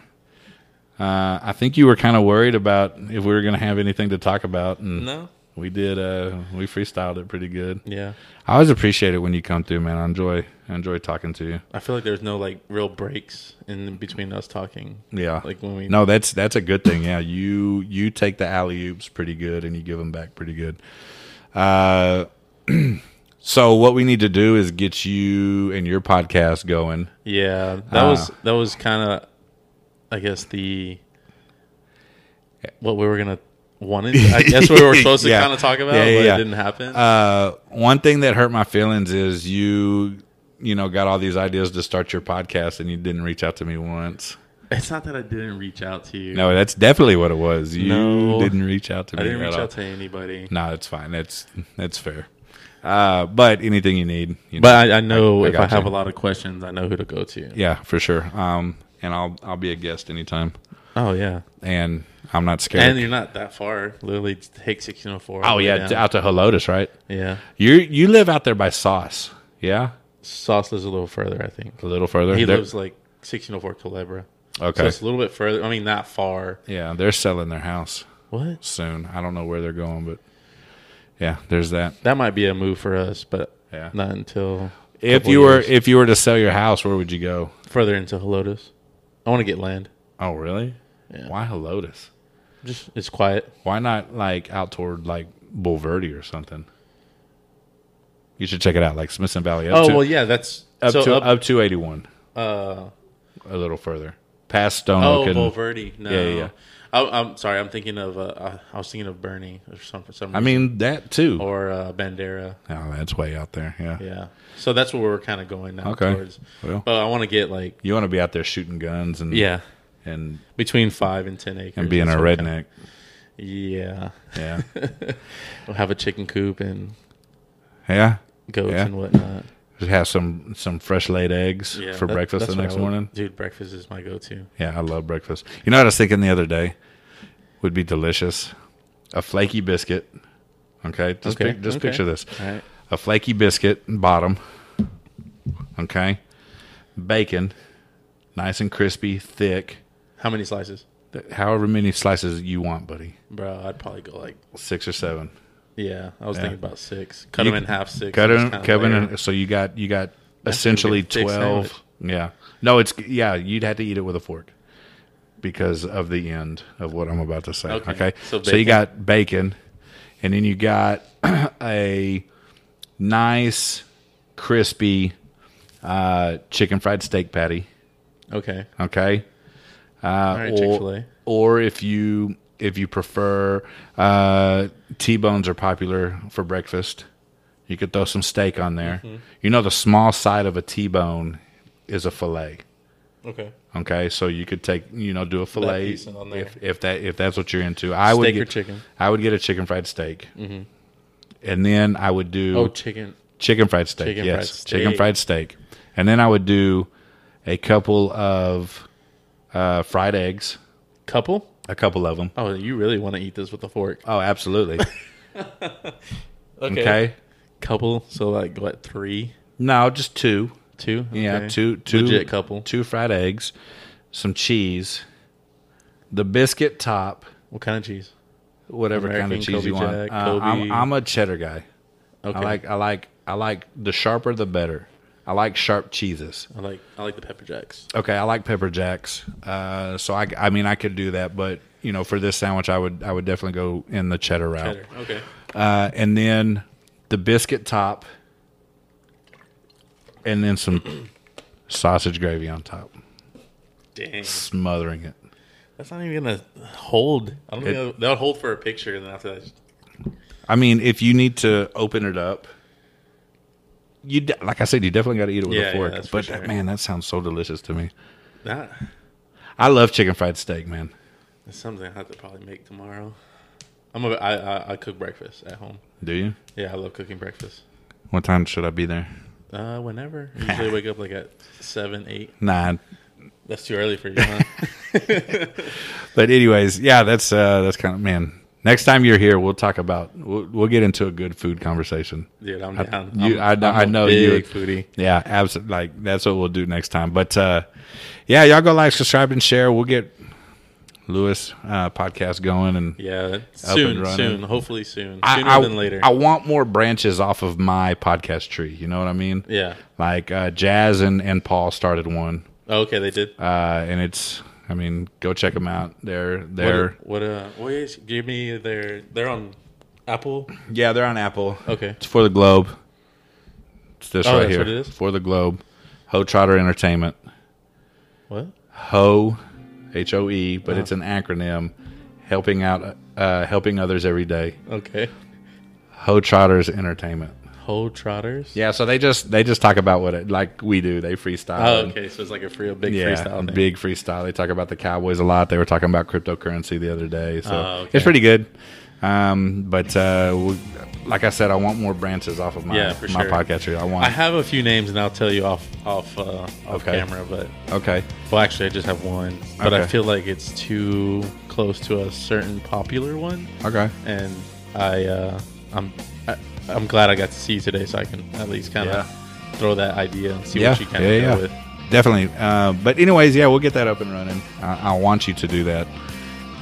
[SPEAKER 1] Uh, I think you were kind of worried about if we were going to have anything to talk about, and
[SPEAKER 2] No.
[SPEAKER 1] we did. Uh, we freestyled it pretty good.
[SPEAKER 2] Yeah.
[SPEAKER 1] I always appreciate it when you come through, man. I enjoy I enjoy talking to you.
[SPEAKER 2] I feel like there's no like real breaks in between us talking.
[SPEAKER 1] Yeah.
[SPEAKER 2] Like when we
[SPEAKER 1] no, that's that's a good thing. Yeah, you you take the alley oops pretty good, and you give them back pretty good. Uh, (clears throat) so what we need to do is get you and your podcast going.
[SPEAKER 2] Yeah, that
[SPEAKER 1] Ah.
[SPEAKER 2] was that was kind of, I guess the what we were gonna wanted.
[SPEAKER 1] (laughs)
[SPEAKER 2] I guess we were supposed to
[SPEAKER 1] Yeah.
[SPEAKER 2] kind of talk about,
[SPEAKER 1] Yeah, yeah,
[SPEAKER 2] but
[SPEAKER 1] yeah.
[SPEAKER 2] it didn't happen.
[SPEAKER 1] Uh, one thing that hurt my feelings is you, you know, got all these ideas to start your podcast and you didn't reach out to me once.
[SPEAKER 2] it's not that I didn't reach out to you.
[SPEAKER 1] No, that's definitely what it was. You
[SPEAKER 2] No.
[SPEAKER 1] didn't reach out to
[SPEAKER 2] I
[SPEAKER 1] me.
[SPEAKER 2] didn't reach
[SPEAKER 1] at all. Mm.
[SPEAKER 2] out to anybody.
[SPEAKER 1] No, it's fine. That's that's fair. Uh, but anything you need, you know,
[SPEAKER 2] But I, I know
[SPEAKER 1] I
[SPEAKER 2] if I
[SPEAKER 1] got
[SPEAKER 2] have
[SPEAKER 1] you.
[SPEAKER 2] a lot of questions, I know who to go to.
[SPEAKER 1] yeah, for sure. Um, and I'll I'll be a guest anytime,
[SPEAKER 2] Oh yeah,
[SPEAKER 1] and I'm not scared.
[SPEAKER 2] and you're not that far. Literally, take 1604. all
[SPEAKER 1] oh
[SPEAKER 2] the way
[SPEAKER 1] yeah,
[SPEAKER 2] down.
[SPEAKER 1] t- out to Helotus, right?
[SPEAKER 2] yeah.
[SPEAKER 1] You you live out there by Sauce, yeah,
[SPEAKER 2] Sauce lives a little further, I think.
[SPEAKER 1] a little further.
[SPEAKER 2] He
[SPEAKER 1] They're-
[SPEAKER 2] lives like 1604 Culebra. So
[SPEAKER 1] okay,
[SPEAKER 2] it's a little bit further. I mean, not far.
[SPEAKER 1] yeah, they're selling their house
[SPEAKER 2] What?
[SPEAKER 1] soon. I don't know where they're going, but yeah, there's that.
[SPEAKER 2] That might be a move for us, but
[SPEAKER 1] Yeah.
[SPEAKER 2] not until a
[SPEAKER 1] If
[SPEAKER 2] couple
[SPEAKER 1] you were
[SPEAKER 2] years.
[SPEAKER 1] if you were to sell your house, where would you go?
[SPEAKER 2] further into Helotus. I want to get land.
[SPEAKER 1] Oh, really?
[SPEAKER 2] Yeah.
[SPEAKER 1] Why Helotus?
[SPEAKER 2] Just it's quiet.
[SPEAKER 1] Why not like out toward like Bulverde or something? You should check it out, like Smithson Valley. Up
[SPEAKER 2] oh
[SPEAKER 1] to,
[SPEAKER 2] well, yeah, that's
[SPEAKER 1] up
[SPEAKER 2] so
[SPEAKER 1] to up,
[SPEAKER 2] up.
[SPEAKER 1] to eighty one,
[SPEAKER 2] uh,
[SPEAKER 1] a little further past Stone
[SPEAKER 2] oh,
[SPEAKER 1] Oak. And,
[SPEAKER 2] Bulverde. No,
[SPEAKER 1] Yeah, yeah, yeah.
[SPEAKER 2] I, I'm sorry. I'm thinking of. Uh, I, I was thinking of Bernie or some for some. Reason.
[SPEAKER 1] I mean that too. Oh,
[SPEAKER 2] or uh, Bandera.
[SPEAKER 1] that's way out there. Yeah.
[SPEAKER 2] Yeah. So that's what we're kind of going now
[SPEAKER 1] Okay.
[SPEAKER 2] towards.
[SPEAKER 1] Well,
[SPEAKER 2] But I want to get like
[SPEAKER 1] you want to be out there shooting guns and
[SPEAKER 2] yeah,
[SPEAKER 1] and
[SPEAKER 2] between five and ten acres,
[SPEAKER 1] and being a
[SPEAKER 2] That's what I'm
[SPEAKER 1] redneck.
[SPEAKER 2] kinda- yeah, (laughs)
[SPEAKER 1] Yeah.
[SPEAKER 2] we'll have a chicken coop and
[SPEAKER 1] yeah.
[SPEAKER 2] goats
[SPEAKER 1] Yeah.
[SPEAKER 2] and whatnot
[SPEAKER 1] Just have some some fresh laid eggs
[SPEAKER 2] yeah,
[SPEAKER 1] for
[SPEAKER 2] that-
[SPEAKER 1] breakfast
[SPEAKER 2] that's
[SPEAKER 1] the
[SPEAKER 2] what
[SPEAKER 1] next
[SPEAKER 2] I would-
[SPEAKER 1] morning.
[SPEAKER 2] Dude, breakfast is my go-to.
[SPEAKER 1] Yeah, I love breakfast. You know what I was thinking the other day would be delicious. A flaky biscuit. Okay, just
[SPEAKER 2] Okay,
[SPEAKER 1] pic- just
[SPEAKER 2] okay.
[SPEAKER 1] picture this:
[SPEAKER 2] All right,
[SPEAKER 1] a flaky biscuit bottom. Okay, bacon, nice and crispy, thick.
[SPEAKER 2] how many slices,
[SPEAKER 1] Th- However many slices you want, buddy,
[SPEAKER 2] bro? I'd probably go like
[SPEAKER 1] six or seven.
[SPEAKER 2] yeah. I was
[SPEAKER 1] Yeah.
[SPEAKER 2] thinking about six. Cut
[SPEAKER 1] You
[SPEAKER 2] them in
[SPEAKER 1] can
[SPEAKER 2] half six.
[SPEAKER 1] Cut
[SPEAKER 2] and just
[SPEAKER 1] in,
[SPEAKER 2] kinda
[SPEAKER 1] cut in,
[SPEAKER 2] layer.
[SPEAKER 1] and- so you got you got
[SPEAKER 2] gonna be
[SPEAKER 1] essentially
[SPEAKER 2] a thick
[SPEAKER 1] twelve.
[SPEAKER 2] sandwich.
[SPEAKER 1] Yeah, no, it's yeah. You'd have to eat it with a fork because of the end of what I'm about to say.
[SPEAKER 2] Okay,
[SPEAKER 1] Okay,
[SPEAKER 2] so
[SPEAKER 1] so, you
[SPEAKER 2] bacon.
[SPEAKER 1] got bacon, and then you got (clears throat) a nice crispy uh, chicken fried steak patty.
[SPEAKER 2] Okay,
[SPEAKER 1] Okay,
[SPEAKER 2] all right. Chick Fil A.
[SPEAKER 1] uh, or if you if you prefer uh, t-bones are popular for breakfast you could throw some steak on there
[SPEAKER 2] Mm-hmm.
[SPEAKER 1] you know the small side of a t-bone is a fillet
[SPEAKER 2] Okay,
[SPEAKER 1] okay so you could take you know do a fillet
[SPEAKER 2] piece on there.
[SPEAKER 1] if, if that if that's what you're into i would
[SPEAKER 2] Steak or
[SPEAKER 1] get,
[SPEAKER 2] chicken? Mm-hmm.
[SPEAKER 1] i would get a chicken fried steak and then i would do
[SPEAKER 2] oh chicken.
[SPEAKER 1] Chicken fried steak.
[SPEAKER 2] Chicken
[SPEAKER 1] yes,
[SPEAKER 2] fried
[SPEAKER 1] chicken
[SPEAKER 2] steak.
[SPEAKER 1] fried steak. And then I would do a couple of uh, fried eggs,
[SPEAKER 2] Couple?
[SPEAKER 1] a couple of them.
[SPEAKER 2] Oh, you really want to eat this with a fork?
[SPEAKER 1] Oh,
[SPEAKER 2] (laughs)
[SPEAKER 1] absolutely. okay.
[SPEAKER 2] Couple. So like what? Three,
[SPEAKER 1] No, just two.
[SPEAKER 2] two.
[SPEAKER 1] Yeah,
[SPEAKER 2] Okay.
[SPEAKER 1] two, two,
[SPEAKER 2] legit couple.
[SPEAKER 1] two fried eggs, some cheese, the biscuit top,
[SPEAKER 2] What kind of cheese?
[SPEAKER 1] whatever kind
[SPEAKER 2] American,
[SPEAKER 1] of cheese
[SPEAKER 2] Kobe
[SPEAKER 1] you want.
[SPEAKER 2] Jack,
[SPEAKER 1] Uh, I'm,
[SPEAKER 2] Kobe.
[SPEAKER 1] I'm a cheddar guy.
[SPEAKER 2] Okay,
[SPEAKER 1] I like, I like, I like the sharper the better. I like sharp cheeses.
[SPEAKER 2] I like I like the pepper jacks.
[SPEAKER 1] Okay, I like pepper jacks. Uh, so I, I mean, I could do that, but you know, for this sandwich, I would, I would definitely go in the cheddar route,
[SPEAKER 2] Cheddar. Okay.
[SPEAKER 1] Uh, and then the biscuit top, and then some (clears throat) sausage gravy on top,
[SPEAKER 2] Dang.
[SPEAKER 1] smothering it.
[SPEAKER 2] That's not even gonna hold. I don't
[SPEAKER 1] It-
[SPEAKER 2] think that'll- that'll hold for a picture, and then after that,
[SPEAKER 1] I mean, if you need to open it up, you de- like I said, you definitely got to eat it with
[SPEAKER 2] Yeah, yeah,
[SPEAKER 1] a fork.
[SPEAKER 2] that's for
[SPEAKER 1] but
[SPEAKER 2] sure.
[SPEAKER 1] that, man, that sounds so delicious to me.
[SPEAKER 2] that
[SPEAKER 1] I love chicken fried steak, man.
[SPEAKER 2] that's something I have to probably make tomorrow. I'm a, I, I I cook breakfast at home.
[SPEAKER 1] Do you?
[SPEAKER 2] Yeah, I love cooking breakfast.
[SPEAKER 1] What time should I be there?
[SPEAKER 2] Uh,
[SPEAKER 1] (laughs)
[SPEAKER 2] whenever. I usually wake up like at seven, eight.
[SPEAKER 1] Nine.
[SPEAKER 2] That's too early for you,
[SPEAKER 1] (laughs)
[SPEAKER 2] huh?
[SPEAKER 1] But anyways, yeah, that's uh that's kind of man. Next time you're here, we'll talk about we'll, we'll get into a good food conversation.
[SPEAKER 2] Dude, I'm
[SPEAKER 1] I-
[SPEAKER 2] down.
[SPEAKER 1] you-
[SPEAKER 2] I'm,
[SPEAKER 1] I-
[SPEAKER 2] I'm
[SPEAKER 1] I
[SPEAKER 2] a
[SPEAKER 1] know you
[SPEAKER 2] big
[SPEAKER 1] would-
[SPEAKER 2] foodie.
[SPEAKER 1] Yeah, absolutely. Like that's what we'll do next time. But uh yeah, y'all go like, subscribe, and share. We'll get Lewis uh podcast going and
[SPEAKER 2] Yeah,
[SPEAKER 1] and
[SPEAKER 2] soon,
[SPEAKER 1] running.
[SPEAKER 2] soon. Hopefully soon.
[SPEAKER 1] I-
[SPEAKER 2] Sooner
[SPEAKER 1] I,
[SPEAKER 2] than later.
[SPEAKER 1] I want more branches off of my podcast tree. You know what I mean?
[SPEAKER 2] yeah.
[SPEAKER 1] Like uh Jazz and, and Paul started one.
[SPEAKER 2] Oh, okay, they did.
[SPEAKER 1] Uh and it's I mean, go check them out. They're they're
[SPEAKER 2] What, what uh? What is? Give me their. They're on Apple.
[SPEAKER 1] yeah, they're on Apple.
[SPEAKER 2] Okay.
[SPEAKER 1] Oh, It's for the Globe. It's this
[SPEAKER 2] Oh,
[SPEAKER 1] right
[SPEAKER 2] that's
[SPEAKER 1] here.
[SPEAKER 2] what it is?
[SPEAKER 1] For the Globe. Ho Trotter Entertainment.
[SPEAKER 2] What?
[SPEAKER 1] Ho, H O E, but it's an acronym. Helping out, uh, helping others every day.
[SPEAKER 2] Okay.
[SPEAKER 1] Ho Trotters Entertainment.
[SPEAKER 2] Whole trotters.
[SPEAKER 1] Yeah, so they just they just talk about what it like we do. They
[SPEAKER 2] Oh,
[SPEAKER 1] freestyle.
[SPEAKER 2] okay. So it's like a free, a big
[SPEAKER 1] Yeah,
[SPEAKER 2] freestyle thing.
[SPEAKER 1] big freestyle. They talk about the Cowboys a lot. They were talking about cryptocurrency the other day, so
[SPEAKER 2] Oh, okay.
[SPEAKER 1] it's pretty good. Um, but uh, we'll, like I said, I want more branches off of my
[SPEAKER 2] Yeah, for
[SPEAKER 1] my
[SPEAKER 2] sure.
[SPEAKER 1] podcatcher. I want.
[SPEAKER 2] I have a few names, and I'll tell you off off uh, off
[SPEAKER 1] Okay.
[SPEAKER 2] camera. But
[SPEAKER 1] okay.
[SPEAKER 2] well, actually, I just have one. But I
[SPEAKER 1] Okay.
[SPEAKER 2] feel like it's too close to a certain popular one,
[SPEAKER 1] Okay.
[SPEAKER 2] and I uh, I'm I, I'm glad I got to see you today, so I can at least kind
[SPEAKER 1] Yeah.
[SPEAKER 2] of throw that idea and see
[SPEAKER 1] yeah.
[SPEAKER 2] what you kind
[SPEAKER 1] yeah.
[SPEAKER 2] of go
[SPEAKER 1] yeah.
[SPEAKER 2] with.
[SPEAKER 1] Definitely. Uh, but anyways, yeah, we'll get that up and running. I, I want you to do that.